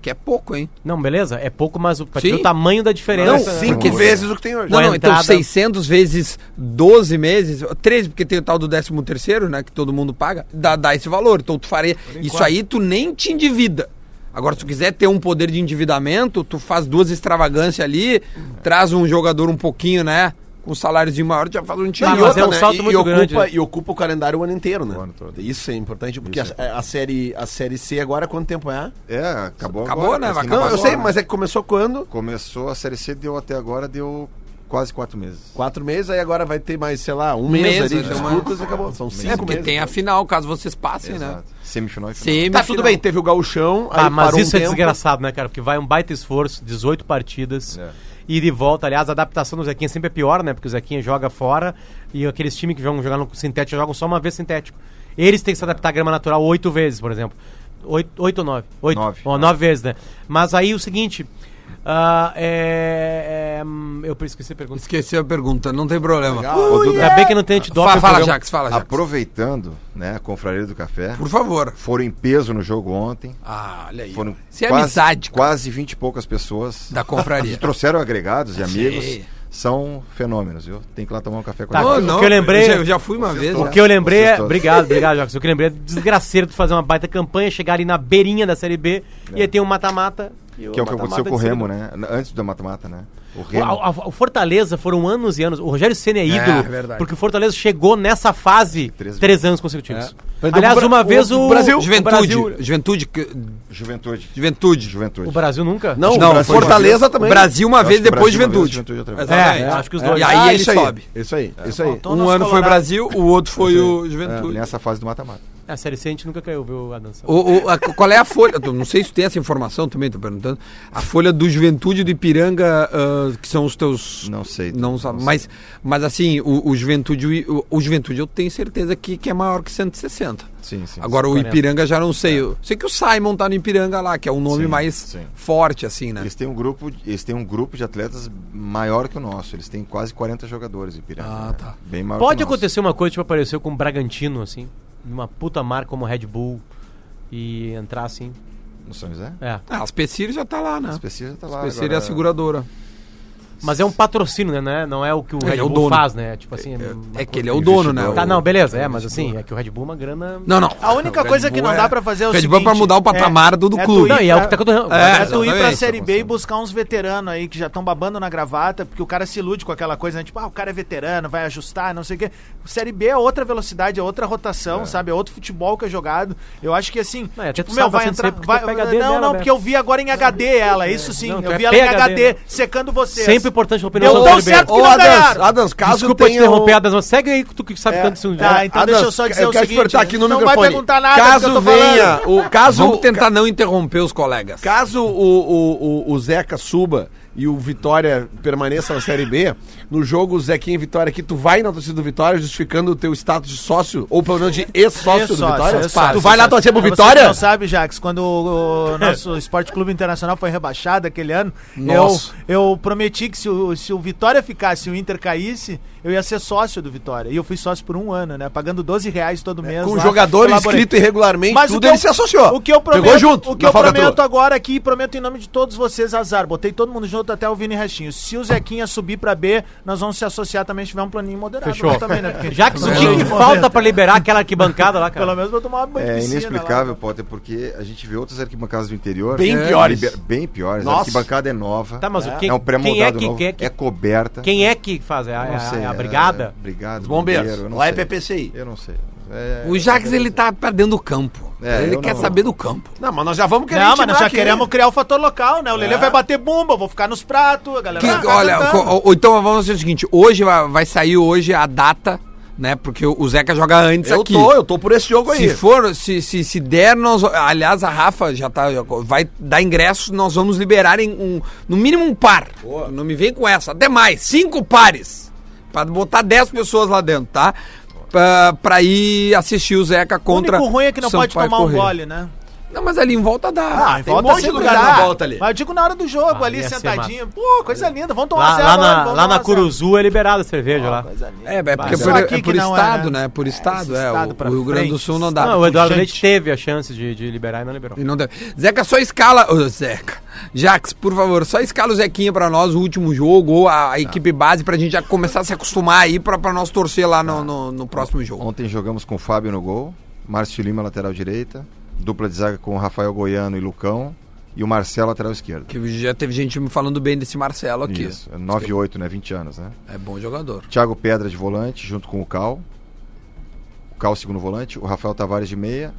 [SPEAKER 1] Que é pouco, hein?
[SPEAKER 5] Não, beleza? É pouco, mas o, pra
[SPEAKER 1] Sim.
[SPEAKER 5] te ver o tamanho da diferença...
[SPEAKER 1] Não,
[SPEAKER 5] né?
[SPEAKER 6] Cinco
[SPEAKER 1] Não.
[SPEAKER 6] vezes o que tem hoje.
[SPEAKER 5] Não,
[SPEAKER 1] Não,
[SPEAKER 5] a
[SPEAKER 1] não, então
[SPEAKER 5] entrada-
[SPEAKER 1] 600 vezes 12 meses, 13, porque tem o tal do 13 terceiro, né, que todo mundo paga, dá, dá esse valor. Então tu faria, isso aí tu nem te endivida. Agora, se tu quiser ter um poder de endividamento, tu faz duas extravagâncias ali, traz um jogador um pouquinho, né, com um saláriozinho maior, tu já faz um time
[SPEAKER 5] Não,
[SPEAKER 6] e
[SPEAKER 5] mas
[SPEAKER 6] outra,
[SPEAKER 5] é um
[SPEAKER 6] né?
[SPEAKER 5] salto
[SPEAKER 6] e,
[SPEAKER 5] muito
[SPEAKER 6] e ocupa,
[SPEAKER 5] grande, né?
[SPEAKER 6] E ocupa o calendário o ano inteiro, né?
[SPEAKER 8] O ano todo.
[SPEAKER 6] Isso é importante, porque
[SPEAKER 8] Isso
[SPEAKER 6] a, a série, a série C agora quanto tempo é?
[SPEAKER 8] É, acabou
[SPEAKER 1] Acabou,
[SPEAKER 8] agora,
[SPEAKER 1] né,
[SPEAKER 8] mas quem
[SPEAKER 1] Não,
[SPEAKER 6] Não,
[SPEAKER 1] eu
[SPEAKER 6] eu
[SPEAKER 8] passou,
[SPEAKER 6] sei,
[SPEAKER 8] né?
[SPEAKER 6] mas é que começou quando?
[SPEAKER 8] Começou a Série C, deu até agora, deu quase quatro meses.
[SPEAKER 6] Quatro meses, aí agora vai ter mais, sei lá, um
[SPEAKER 1] mês
[SPEAKER 6] mês,
[SPEAKER 1] ali,
[SPEAKER 6] ali de
[SPEAKER 1] então,
[SPEAKER 6] disputas e acabou. São
[SPEAKER 1] É,
[SPEAKER 6] cinco
[SPEAKER 1] porque
[SPEAKER 6] meses.
[SPEAKER 1] tem a final, caso vocês passem, né?
[SPEAKER 8] Exato. Semifinal e final.
[SPEAKER 1] Semifinal.
[SPEAKER 6] Tá, tudo bem, teve o gauchão, aí
[SPEAKER 5] Ah, mas
[SPEAKER 6] parou um
[SPEAKER 5] isso é
[SPEAKER 6] tempo.
[SPEAKER 5] desgraçado, né, cara? Porque vai um baita esforço, 18 partidas,
[SPEAKER 8] É.
[SPEAKER 5] ida e volta. Aliás, a adaptação do Zequinha sempre é pior, né? Porque o Zequinha joga fora e aqueles times que vão jogar no sintético jogam só uma vez sintético. Eles têm que se adaptar à grama natural oito vezes, por exemplo. Oito, oito ou nove? Oito.
[SPEAKER 8] Nove.
[SPEAKER 5] Ó, nove vezes, né? Mas aí o seguinte. ah, é, é, hum, eu esqueci a pergunta.
[SPEAKER 1] Esqueci a pergunta, não tem problema.
[SPEAKER 8] Ô, Duda,
[SPEAKER 5] Ainda bem que não tem antidoping.
[SPEAKER 1] é- Fala,
[SPEAKER 5] no
[SPEAKER 1] fala,
[SPEAKER 5] programa.
[SPEAKER 1] Jax, fala, Jax.
[SPEAKER 8] Aproveitando, né, a confraria do café,
[SPEAKER 1] Por favor.
[SPEAKER 8] foram em peso no jogo ontem.
[SPEAKER 1] Ah, olha aí.
[SPEAKER 8] Foram
[SPEAKER 1] Se é amizade cara,
[SPEAKER 8] quase 20 e poucas pessoas.
[SPEAKER 1] da confraria.
[SPEAKER 8] que trouxeram agregados e amigos.
[SPEAKER 1] Sim.
[SPEAKER 8] São fenômenos, viu? Tem que ir lá tomar um café com
[SPEAKER 5] Tá,
[SPEAKER 8] a
[SPEAKER 1] Ô,
[SPEAKER 5] o
[SPEAKER 8] gente.
[SPEAKER 5] que eu lembrei-
[SPEAKER 1] já, já fui uma vez.
[SPEAKER 5] O
[SPEAKER 1] né?
[SPEAKER 5] que eu lembrei
[SPEAKER 8] Vocês
[SPEAKER 5] é.
[SPEAKER 8] todos.
[SPEAKER 5] Obrigado, obrigado, Jacques. O que eu lembrei é desgraceiro de fazer uma baita campanha, chegar ali na beirinha da Série B e aí tem um mata-mata. e
[SPEAKER 8] É. Que é o que
[SPEAKER 5] mata-mata
[SPEAKER 8] aconteceu com o
[SPEAKER 5] decide.
[SPEAKER 8] Remo, né? Antes do mata-mata, né? O
[SPEAKER 5] O,
[SPEAKER 8] Remo.
[SPEAKER 5] a- a- o Fortaleza foram anos e anos. O Rogério Senna é ídolo,
[SPEAKER 1] verdade.
[SPEAKER 5] porque o Fortaleza chegou nessa fase
[SPEAKER 8] Três
[SPEAKER 5] três, anos consecutivos.
[SPEAKER 6] Perdeu
[SPEAKER 5] Aliás,
[SPEAKER 6] pro Bra-
[SPEAKER 5] uma vez o,
[SPEAKER 6] Brasil.
[SPEAKER 1] Juventude.
[SPEAKER 5] O Brasil,
[SPEAKER 1] Juventude. que-
[SPEAKER 8] Juventude.
[SPEAKER 1] Juventude.
[SPEAKER 8] Juventude.
[SPEAKER 5] o Brasil nunca?
[SPEAKER 6] Não,
[SPEAKER 1] Não,
[SPEAKER 6] Brasil-
[SPEAKER 1] foi
[SPEAKER 6] Fortaleza também.
[SPEAKER 1] Brasil uma
[SPEAKER 8] Eu
[SPEAKER 1] vez,
[SPEAKER 8] acho que
[SPEAKER 1] depois
[SPEAKER 8] Brasil uma vez,
[SPEAKER 1] Juventude.
[SPEAKER 8] Juventude outra vez.
[SPEAKER 1] Exatamente.
[SPEAKER 5] É, acho que os dois. Então,
[SPEAKER 1] E aí ele sobe.
[SPEAKER 6] Ah, Isso aí, isso aí.
[SPEAKER 1] Um ano foi Brasil, o outro foi
[SPEAKER 8] É,
[SPEAKER 1] o Juventude.
[SPEAKER 8] Nessa fase do mata-mata.
[SPEAKER 5] É, A Série C a gente nunca caiu, viu, Adam? Sandler?
[SPEAKER 1] O- o- a- qual é a folha? Eu Não sei se tu tem essa informação também, tô perguntando. A folha do Juventude e do Ipiranga, ah, que são os teus.
[SPEAKER 8] Então, Não sei.
[SPEAKER 1] Não sabe. Mas, mas assim, o, o Juventude. O, o Juventude eu tenho certeza que, que é maior que 160.
[SPEAKER 8] Sim, sim.
[SPEAKER 1] Agora o
[SPEAKER 5] 140.
[SPEAKER 1] Ipiranga já não sei. Eu sei que o Simon tá no Ipiranga lá, que é um nome
[SPEAKER 8] É. Sim,
[SPEAKER 1] mais
[SPEAKER 8] sim.
[SPEAKER 1] forte, assim, né?
[SPEAKER 8] Eles têm um grupo, eles têm um grupo de atletas maior que o nosso. Eles têm quase 40 jogadores em Piranga.
[SPEAKER 1] Ah,
[SPEAKER 8] né?
[SPEAKER 1] tá.
[SPEAKER 8] Bem maior
[SPEAKER 5] Pode
[SPEAKER 8] que o nosso.
[SPEAKER 5] acontecer uma coisa tipo apareceu com o Bragantino, assim, uma puta marca como Red Bull e entrar assim.
[SPEAKER 8] No São José?
[SPEAKER 5] É.
[SPEAKER 1] Ah, as Pessir já tá lá, né?
[SPEAKER 8] As pesquisas tá lá.
[SPEAKER 1] As Pessir é
[SPEAKER 8] agora.
[SPEAKER 1] a seguradora.
[SPEAKER 5] Mas é um patrocínio, né? Não é, não é o que o
[SPEAKER 1] Ele
[SPEAKER 5] Red
[SPEAKER 1] é o
[SPEAKER 5] Bull
[SPEAKER 1] dono.
[SPEAKER 5] faz, né? Tipo assim. uma
[SPEAKER 1] É que ele
[SPEAKER 5] coisa-
[SPEAKER 1] é o dono, né?
[SPEAKER 5] Tá,
[SPEAKER 1] O-
[SPEAKER 5] não, beleza, é, mas assim, é que o Red Bull é uma grana.
[SPEAKER 1] Não, não.
[SPEAKER 2] A única
[SPEAKER 1] O Red
[SPEAKER 2] coisa que
[SPEAKER 1] Bull
[SPEAKER 2] não
[SPEAKER 1] é-
[SPEAKER 2] dá pra fazer é o
[SPEAKER 1] Red
[SPEAKER 2] seguinte...
[SPEAKER 1] Bull é pra mudar o patamar do- do clube.
[SPEAKER 5] Não, e é o que tá acontecendo.
[SPEAKER 2] É,
[SPEAKER 1] É,
[SPEAKER 2] tu ir pra
[SPEAKER 1] exatamente.
[SPEAKER 2] Série B e buscar uns veteranos aí que já estão babando na gravata, porque o cara se ilude com aquela coisa, né? Tipo, ah, o cara é veterano, vai ajustar, não sei o quê. Série B é outra velocidade, é outra rotação, sabe? É outro futebol que é jogado. Eu acho que assim,
[SPEAKER 5] Não, e até
[SPEAKER 2] tipo,
[SPEAKER 5] tu
[SPEAKER 2] meu,
[SPEAKER 5] salva
[SPEAKER 2] vai
[SPEAKER 5] sem ser
[SPEAKER 2] entrar...
[SPEAKER 5] porque
[SPEAKER 2] Vai,
[SPEAKER 5] tu pega HD
[SPEAKER 2] não,
[SPEAKER 5] dela,
[SPEAKER 2] não,
[SPEAKER 5] né?
[SPEAKER 2] porque eu vi agora em HD ela, isso sim.
[SPEAKER 5] Não, tu
[SPEAKER 2] eu
[SPEAKER 5] é
[SPEAKER 2] vi ela em
[SPEAKER 5] PHD,
[SPEAKER 2] HD,
[SPEAKER 5] né?
[SPEAKER 2] secando vocês.
[SPEAKER 5] Sempre importante a opinião
[SPEAKER 2] Deu
[SPEAKER 5] do
[SPEAKER 2] tão
[SPEAKER 5] Ribeiro.
[SPEAKER 2] certo que
[SPEAKER 6] Ô,
[SPEAKER 2] não
[SPEAKER 6] Adams,
[SPEAKER 2] ganharam.
[SPEAKER 6] Adams, caso um-
[SPEAKER 5] Desculpa te
[SPEAKER 6] tenham-
[SPEAKER 5] interromper, Adam, mas segue aí que tu que sabe
[SPEAKER 2] É,
[SPEAKER 5] tanto um isso.
[SPEAKER 2] tá, então
[SPEAKER 6] Adams,
[SPEAKER 2] deixa eu só dizer
[SPEAKER 6] eu
[SPEAKER 2] o
[SPEAKER 6] quero te
[SPEAKER 2] seguinte,
[SPEAKER 6] apertar aqui no
[SPEAKER 2] não vai
[SPEAKER 6] microfone.
[SPEAKER 2] perguntar nada do que eu
[SPEAKER 6] Caso
[SPEAKER 2] tô falando.
[SPEAKER 6] venha, o caso
[SPEAKER 1] Vamos tentar não interromper os colegas.
[SPEAKER 6] Caso o, o, o, o Zeca suba e o Vitória permaneça na Série B, no jogo Zequinha e Vitória aqui, tu vai na torcida do Vitória justificando o teu status de sócio, ou pelo menos de ex-sócio do
[SPEAKER 2] Ex-sócio,
[SPEAKER 6] Vitória?
[SPEAKER 2] ex-sócio.
[SPEAKER 6] tu vai lá torcer pro
[SPEAKER 2] Você
[SPEAKER 6] Vitória?
[SPEAKER 2] não sabe, Jax, quando o o nosso Esporte Clube Internacional foi rebaixado aquele ano, eu,
[SPEAKER 1] Nossa.
[SPEAKER 2] eu prometi que se o, se o Vitória ficasse e o Inter caísse, eu ia ser sócio do Vitória. E eu fui sócio por um ano, né? Pagando 12 reais todo mês.
[SPEAKER 6] É, Com
[SPEAKER 2] lá,
[SPEAKER 6] jogador
[SPEAKER 2] colaborei.
[SPEAKER 6] inscrito irregularmente,
[SPEAKER 2] Mas o
[SPEAKER 6] tudo
[SPEAKER 2] que eu-
[SPEAKER 6] ele se associou.
[SPEAKER 2] O que eu prometo,
[SPEAKER 6] Pegou junto,
[SPEAKER 2] o que
[SPEAKER 6] na
[SPEAKER 2] eu
[SPEAKER 6] falcatrua.
[SPEAKER 2] prometo agora aqui, e prometo em nome de todos vocês, azar. Botei todo mundo junto até o Vini Restinho. Se o Zequinha subir pra B, nós vamos se associar também, se tiver um planinho moderado.
[SPEAKER 5] Fechou.
[SPEAKER 2] lá Também, né? Porque-
[SPEAKER 5] Já que o que que
[SPEAKER 2] Pelo
[SPEAKER 5] falta pra liberar aquela arquibancada lá,
[SPEAKER 2] Pelo
[SPEAKER 5] cara?
[SPEAKER 2] menos vou tomar uma banho de
[SPEAKER 5] tá
[SPEAKER 8] É
[SPEAKER 2] piscina lá.
[SPEAKER 8] inexplicável, Potter, porque a gente vê outras arquibancadas do interior.
[SPEAKER 6] Bem
[SPEAKER 8] É,
[SPEAKER 6] piores.
[SPEAKER 8] liber- Bem piores.
[SPEAKER 6] Nossa.
[SPEAKER 8] A arquibancada é nova.
[SPEAKER 5] Tá, mas o que,
[SPEAKER 8] é um
[SPEAKER 5] quem é
[SPEAKER 8] pré-moldado
[SPEAKER 5] que,
[SPEAKER 8] novo.
[SPEAKER 5] quem é que,
[SPEAKER 8] É coberta.
[SPEAKER 5] quem é que faz? É, a-
[SPEAKER 8] Não sei.
[SPEAKER 5] é a a brigada?
[SPEAKER 8] Brigada.
[SPEAKER 6] Os bombeiros.
[SPEAKER 8] eu não
[SPEAKER 6] Lá é
[SPEAKER 8] sei.
[SPEAKER 6] PPCI.
[SPEAKER 8] Eu não sei. É-
[SPEAKER 1] O Jax, ele tá perdendo o campo.
[SPEAKER 8] É,
[SPEAKER 1] ele
[SPEAKER 8] eu
[SPEAKER 1] quer
[SPEAKER 8] não-
[SPEAKER 1] saber do campo.
[SPEAKER 6] Não, mas nós já vamos querer
[SPEAKER 2] Não, Ah, mas nós
[SPEAKER 6] intimar
[SPEAKER 2] já
[SPEAKER 6] aqui. né?
[SPEAKER 2] queremos criar o fator local, né? O
[SPEAKER 8] É.
[SPEAKER 2] Lelê vai bater bumba, eu vou ficar nos pratos, a galera
[SPEAKER 1] Que-
[SPEAKER 2] vai ficar
[SPEAKER 1] olha,
[SPEAKER 2] cantando.
[SPEAKER 1] co- ou- então vamos fazer o seguinte: hoje vai, vai sair hoje a data, né? Porque o Zeca joga antes
[SPEAKER 6] Eu
[SPEAKER 1] aqui.
[SPEAKER 6] tô, eu tô por esse jogo aí.
[SPEAKER 1] Se for, se, se, se der, nós. Aliás, a Rafa já tá. já Vai dar ingresso, nós vamos liberar em um. No mínimo um par. Não me vem com essa. Até mais. Cinco pares. Pra botar dez pessoas lá dentro, tá? Pra, pra ir assistir o Zeca
[SPEAKER 2] O
[SPEAKER 1] contra.
[SPEAKER 2] único ruim é que não pode
[SPEAKER 1] Sampaio
[SPEAKER 2] tomar
[SPEAKER 1] Corrêa.
[SPEAKER 2] um gole, né?
[SPEAKER 1] Não, mas ali em volta dá. É,
[SPEAKER 2] Ah, em
[SPEAKER 6] tem
[SPEAKER 2] volta
[SPEAKER 6] um monte de
[SPEAKER 2] sempre
[SPEAKER 6] lugar
[SPEAKER 2] dá.
[SPEAKER 6] na volta ali.
[SPEAKER 2] Mas eu digo na hora do jogo,
[SPEAKER 5] Ah,
[SPEAKER 2] ali
[SPEAKER 5] ia ser
[SPEAKER 2] sentadinho. Pô, coisa linda, vamos tomar
[SPEAKER 5] Lá, lá
[SPEAKER 2] mano,
[SPEAKER 5] na,
[SPEAKER 2] vamos
[SPEAKER 5] lá
[SPEAKER 2] tomar
[SPEAKER 5] na
[SPEAKER 2] zero.
[SPEAKER 5] Curuzu é liberada a cerveja lá.
[SPEAKER 2] Coisa linda.
[SPEAKER 1] É, é porque
[SPEAKER 2] Mas
[SPEAKER 1] é por,
[SPEAKER 2] só aqui
[SPEAKER 1] é por
[SPEAKER 2] que não é,
[SPEAKER 1] estado,
[SPEAKER 2] né?
[SPEAKER 1] né? Por
[SPEAKER 2] É,
[SPEAKER 1] estado,
[SPEAKER 2] esse
[SPEAKER 1] é.
[SPEAKER 2] estado
[SPEAKER 1] o,
[SPEAKER 2] pra
[SPEAKER 1] o Rio Grande do
[SPEAKER 2] frente.
[SPEAKER 1] Sul não dá.
[SPEAKER 5] Não, o Eduardo
[SPEAKER 2] puxante.
[SPEAKER 5] Leite teve a chance de, de liberar e não liberou.
[SPEAKER 1] E não deve- Zeca, só escala. Ô, Zeca. Jax, por favor, só escala o Zequinha pra nós, o último jogo, ou a, a equipe base, pra gente já começar a se acostumar aí pra, pra nós torcer lá no, no, no próximo jogo.
[SPEAKER 8] Ontem jogamos com o Fábio no gol, Márcio Lima, lateral direita, dupla de zaga com o Rafael Goiano e Lucão, e o Marcelo, lateral esquerdo.
[SPEAKER 1] Que já teve gente me falando bem desse Marcelo aqui.
[SPEAKER 8] Isso, é 9-8, né? 20 anos, né?
[SPEAKER 1] É bom jogador.
[SPEAKER 8] Thiago Pedra de volante, junto com o Cal. O Cal, segundo volante. O Rafael Tavares de meia.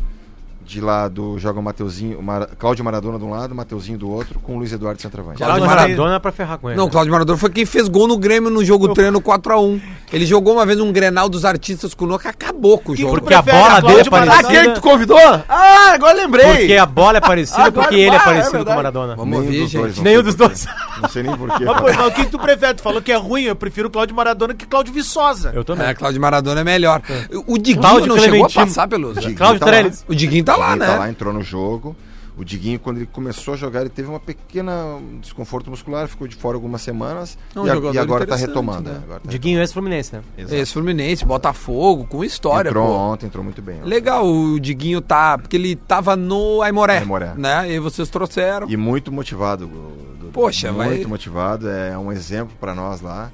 [SPEAKER 8] De lado joga o Mateuzinho, o Mara- Cláudio Maradona de um lado, Mateuzinho do outro, com o Luiz Eduardo centroavante.
[SPEAKER 1] Claro.
[SPEAKER 5] Geraldo
[SPEAKER 1] Maradona-
[SPEAKER 5] Maradona é pra ferrar com ele.
[SPEAKER 1] Não, o
[SPEAKER 5] né?
[SPEAKER 1] Cláudio Maradona foi quem fez gol no Grêmio no jogo treino 4x1. Ele jogou uma vez um Grenal dos artistas com o Noca, acabou com o jogo.
[SPEAKER 5] Porque a
[SPEAKER 2] prefere,
[SPEAKER 5] bola dele é
[SPEAKER 2] Cláudio
[SPEAKER 5] parecida.
[SPEAKER 2] Maradona?
[SPEAKER 6] Aquele que tu convidou? Ah, agora lembrei.
[SPEAKER 5] Porque a bola é parecida,
[SPEAKER 6] Agora-
[SPEAKER 5] porque ele é
[SPEAKER 6] Ah, é
[SPEAKER 5] parecido com o
[SPEAKER 6] verdade.
[SPEAKER 5] Maradona.
[SPEAKER 1] Vamos
[SPEAKER 8] Nenhum
[SPEAKER 1] ouvir,
[SPEAKER 8] dos dois,
[SPEAKER 1] gente.
[SPEAKER 8] não
[SPEAKER 5] Nenhum
[SPEAKER 8] sei
[SPEAKER 5] dos
[SPEAKER 8] porquê.
[SPEAKER 5] dois.
[SPEAKER 8] Não sei nem porquê.
[SPEAKER 2] Mas, pô, mas o que tu prefere? Tu falou que é ruim, eu prefiro o Cláudio Maradona que o Cláudio Viçosa.
[SPEAKER 5] Eu também.
[SPEAKER 1] É, Cláudio Maradona é melhor. O Diguinho
[SPEAKER 5] Cláudio
[SPEAKER 1] não chegou a
[SPEAKER 5] Clementino.
[SPEAKER 1] passar pelo.
[SPEAKER 8] Diguinho
[SPEAKER 5] Cláudio
[SPEAKER 8] tá lá.
[SPEAKER 5] Trellis.
[SPEAKER 1] O Diguinho tá lá,
[SPEAKER 8] Ele
[SPEAKER 1] né?
[SPEAKER 8] tá lá, entrou no jogo. O Diguinho, quando ele começou a jogar, ele teve uma pequena desconforto muscular, ficou de fora algumas semanas
[SPEAKER 1] É um
[SPEAKER 8] e, a-
[SPEAKER 1] jogador
[SPEAKER 8] e agora tá
[SPEAKER 1] interessante,
[SPEAKER 8] retomando.
[SPEAKER 1] né?
[SPEAKER 8] né? Agora tá
[SPEAKER 5] Diguinho é fluminense né?
[SPEAKER 8] Exato.
[SPEAKER 1] Esse Fluminense, Botafogo, com história,
[SPEAKER 8] entrou
[SPEAKER 1] pô.
[SPEAKER 8] ontem, entrou muito bem.
[SPEAKER 1] Legal, o Diguinho tá. Porque ele tava no Aimoré.
[SPEAKER 8] Aimoré.
[SPEAKER 1] Né? E vocês trouxeram.
[SPEAKER 8] E muito motivado. o Dudu.
[SPEAKER 1] Poxa,
[SPEAKER 8] Muito
[SPEAKER 1] vai-
[SPEAKER 8] motivado, é um exemplo pra nós lá.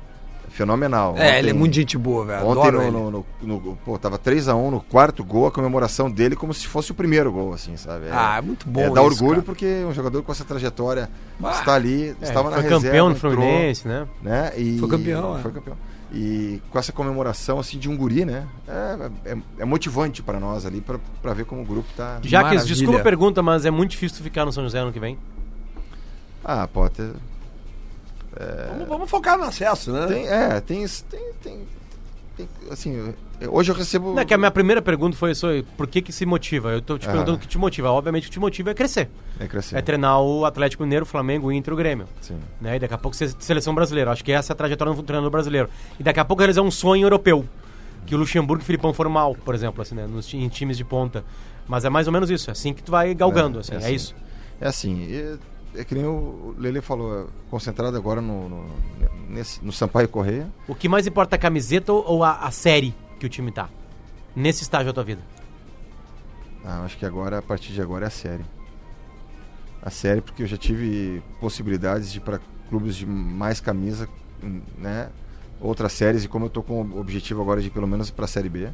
[SPEAKER 8] Fenomenal.
[SPEAKER 1] é, ele é
[SPEAKER 8] Ontem-
[SPEAKER 1] muito gente boa, velho.
[SPEAKER 8] Ontem
[SPEAKER 1] Adoro
[SPEAKER 8] no,
[SPEAKER 1] ele.
[SPEAKER 8] no, no- no- pô, tava 3x1 no quarto gol, a comemoração dele como se fosse o primeiro gol, assim, sabe? É,
[SPEAKER 1] Ah, é muito bom.
[SPEAKER 8] é, dá
[SPEAKER 1] isso,
[SPEAKER 8] orgulho
[SPEAKER 1] cara.
[SPEAKER 8] porque um jogador com essa trajetória
[SPEAKER 1] Bah.
[SPEAKER 8] está ali,
[SPEAKER 5] É,
[SPEAKER 8] estava na
[SPEAKER 5] foi
[SPEAKER 8] reserva,
[SPEAKER 5] campeão no
[SPEAKER 8] entrou,
[SPEAKER 5] Fluminense, né?
[SPEAKER 8] né? E
[SPEAKER 1] Foi campeão, é.
[SPEAKER 8] foi campeão. E com essa comemoração assim de um guri, né? É, é- é motivante pra nós ali pra- pra ver como o grupo tá.
[SPEAKER 5] Já que
[SPEAKER 1] Maravilha.
[SPEAKER 5] desculpa a pergunta, mas é muito difícil tu ficar no São José ano que vem.
[SPEAKER 8] Ah, Potter,
[SPEAKER 6] Vamos, vamos focar no acesso, né?
[SPEAKER 8] Tem, é, tem isso, tem, tem, tem- assim, eu- eu- hoje eu recebo...
[SPEAKER 5] Não, é que a minha primeira pergunta foi sobre por que que se motiva. Eu tô te
[SPEAKER 8] Ah.
[SPEAKER 5] perguntando o que te motiva. Obviamente o que te motiva é crescer.
[SPEAKER 8] É, crescer.
[SPEAKER 5] É treinar o Atlético Mineiro, o Flamengo, o Inter e o Grêmio.
[SPEAKER 8] Sim.
[SPEAKER 5] Né? E daqui a pouco ser seleção brasileira. Acho que essa é a trajetória do treinador brasileiro. E daqui a pouco realizar um sonho europeu. Que o Luxemburgo e o Filipão foram mal, por exemplo, assim, né? Nos, ti- em times de ponta. Mas é mais ou menos isso. É assim que tu vai galgando,
[SPEAKER 8] É,
[SPEAKER 5] assim.
[SPEAKER 8] é
[SPEAKER 5] É,
[SPEAKER 8] assim.
[SPEAKER 5] isso.
[SPEAKER 8] É assim, é, é que nem o Lele falou, é, concentrado agora no, no, nesse, no Sampaio Correia.
[SPEAKER 5] O que mais importa é a camiseta ou ou a, a série que o time tá? Nesse estágio da tua vida.
[SPEAKER 8] Ah, acho que agora, a partir de agora, é a série. A série, porque eu já tive possibilidades de ir para clubes de mais camisa, hum, né? Outras séries, e como eu tô com o objetivo agora de ir pelo menos para a Série B.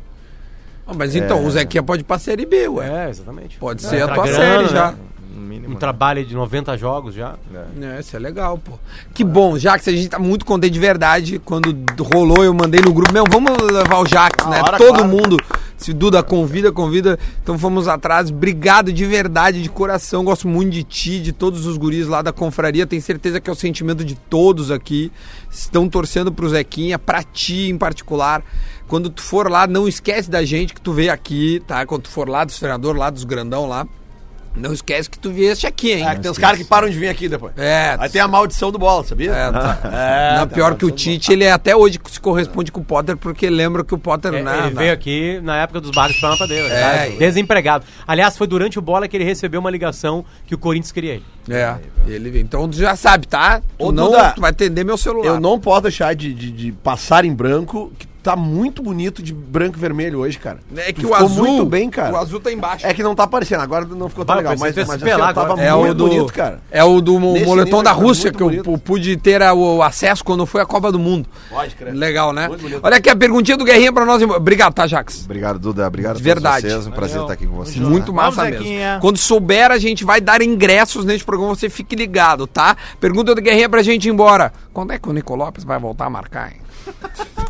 [SPEAKER 1] Ah, mas
[SPEAKER 8] É.
[SPEAKER 1] então, o Zequinha pode ir pra Série B, ué.
[SPEAKER 5] É, exatamente.
[SPEAKER 1] Pode
[SPEAKER 5] É,
[SPEAKER 1] ser a
[SPEAKER 5] tá
[SPEAKER 1] tua
[SPEAKER 5] grana,
[SPEAKER 1] série
[SPEAKER 5] né?
[SPEAKER 1] já.
[SPEAKER 8] No mínimo.
[SPEAKER 5] Um
[SPEAKER 8] né?
[SPEAKER 5] trabalho de 90 jogos já.
[SPEAKER 8] É.
[SPEAKER 1] É, isso é legal, pô. Que bom, Jax, a gente tá muito contente de verdade. Quando rolou, eu mandei no grupo. Meu, vamos levar o Jax, né? Todo mundo. Se Duda convida, convida. Então fomos atrás. Obrigado de verdade, de coração. Gosto muito de ti, de todos os guris lá da confraria. Tenho certeza que é o sentimento de todos aqui. Estão torcendo pro Zequinha, pra ti em particular. Quando tu for lá, não esquece da gente que tu veio aqui, tá? Quando tu for lá dos treinador, lá dos grandão lá. Não esquece que tu vieste aqui, hein?
[SPEAKER 6] É, que tem uns caras que param de vir aqui depois.
[SPEAKER 1] É,
[SPEAKER 6] Aí tem a maldição do bola, sabia?
[SPEAKER 1] é, tá.
[SPEAKER 6] É,
[SPEAKER 1] Não,
[SPEAKER 6] tá,
[SPEAKER 1] pior que o
[SPEAKER 6] maldição do
[SPEAKER 1] Tite, ele até hoje se corresponde com o Potter, porque lembra que o Potter
[SPEAKER 5] É,
[SPEAKER 1] né,
[SPEAKER 5] ele
[SPEAKER 1] né,
[SPEAKER 5] veio aqui na época dos bares pra Napadeira.
[SPEAKER 1] É,
[SPEAKER 5] É, desempregado. Aliás, foi durante o bola que ele recebeu uma ligação que o Corinthians queria ele.
[SPEAKER 1] É, ele veio. Então tu já sabe, tá? Tu
[SPEAKER 6] Ô,
[SPEAKER 1] não
[SPEAKER 6] Duda,
[SPEAKER 1] tu vai atender meu celular.
[SPEAKER 6] Eu não posso deixar de, de- de passar em branco, que tá muito bonito de branco e vermelho hoje, cara.
[SPEAKER 1] É
[SPEAKER 6] Tu
[SPEAKER 1] que o
[SPEAKER 6] ficou
[SPEAKER 1] azul.
[SPEAKER 6] muito bem, cara.
[SPEAKER 1] O azul tá embaixo.
[SPEAKER 6] É que não tá aparecendo, agora não ficou tão
[SPEAKER 5] Vai,
[SPEAKER 6] legal,
[SPEAKER 5] precisa
[SPEAKER 6] mas,
[SPEAKER 5] ter
[SPEAKER 6] mas assim,
[SPEAKER 5] se pelar
[SPEAKER 6] tava
[SPEAKER 5] agora.
[SPEAKER 6] muito
[SPEAKER 1] É o do,
[SPEAKER 6] bonito, cara.
[SPEAKER 1] É o do mo-
[SPEAKER 6] Nesse
[SPEAKER 1] moletom
[SPEAKER 6] nível,
[SPEAKER 1] da
[SPEAKER 6] cara,
[SPEAKER 1] Rússia,
[SPEAKER 6] muito
[SPEAKER 1] que eu
[SPEAKER 6] bonito.
[SPEAKER 1] pu- pude ter a- o acesso quando foi a Copa do Mundo.
[SPEAKER 6] Pode crer.
[SPEAKER 1] Legal, né?
[SPEAKER 6] Muito bonito.
[SPEAKER 1] Olha aqui a perguntinha do Guerrinha pra nós. Obrigado, tá, Jax?
[SPEAKER 8] Obrigado, Duda. Obrigado a
[SPEAKER 1] Verdade.
[SPEAKER 8] todos vocês. Um prazer estar aqui com vocês.
[SPEAKER 1] Assim, Muito
[SPEAKER 8] né?
[SPEAKER 1] massa
[SPEAKER 2] Vamos,
[SPEAKER 1] mesmo.
[SPEAKER 2] Zequinha.
[SPEAKER 1] Quando souber, a gente vai dar ingressos neste programa, você fique ligado, tá? Pergunta do Guerrinha pra gente ir embora. Quando é que o Nico Lopes vai voltar a marcar, hein?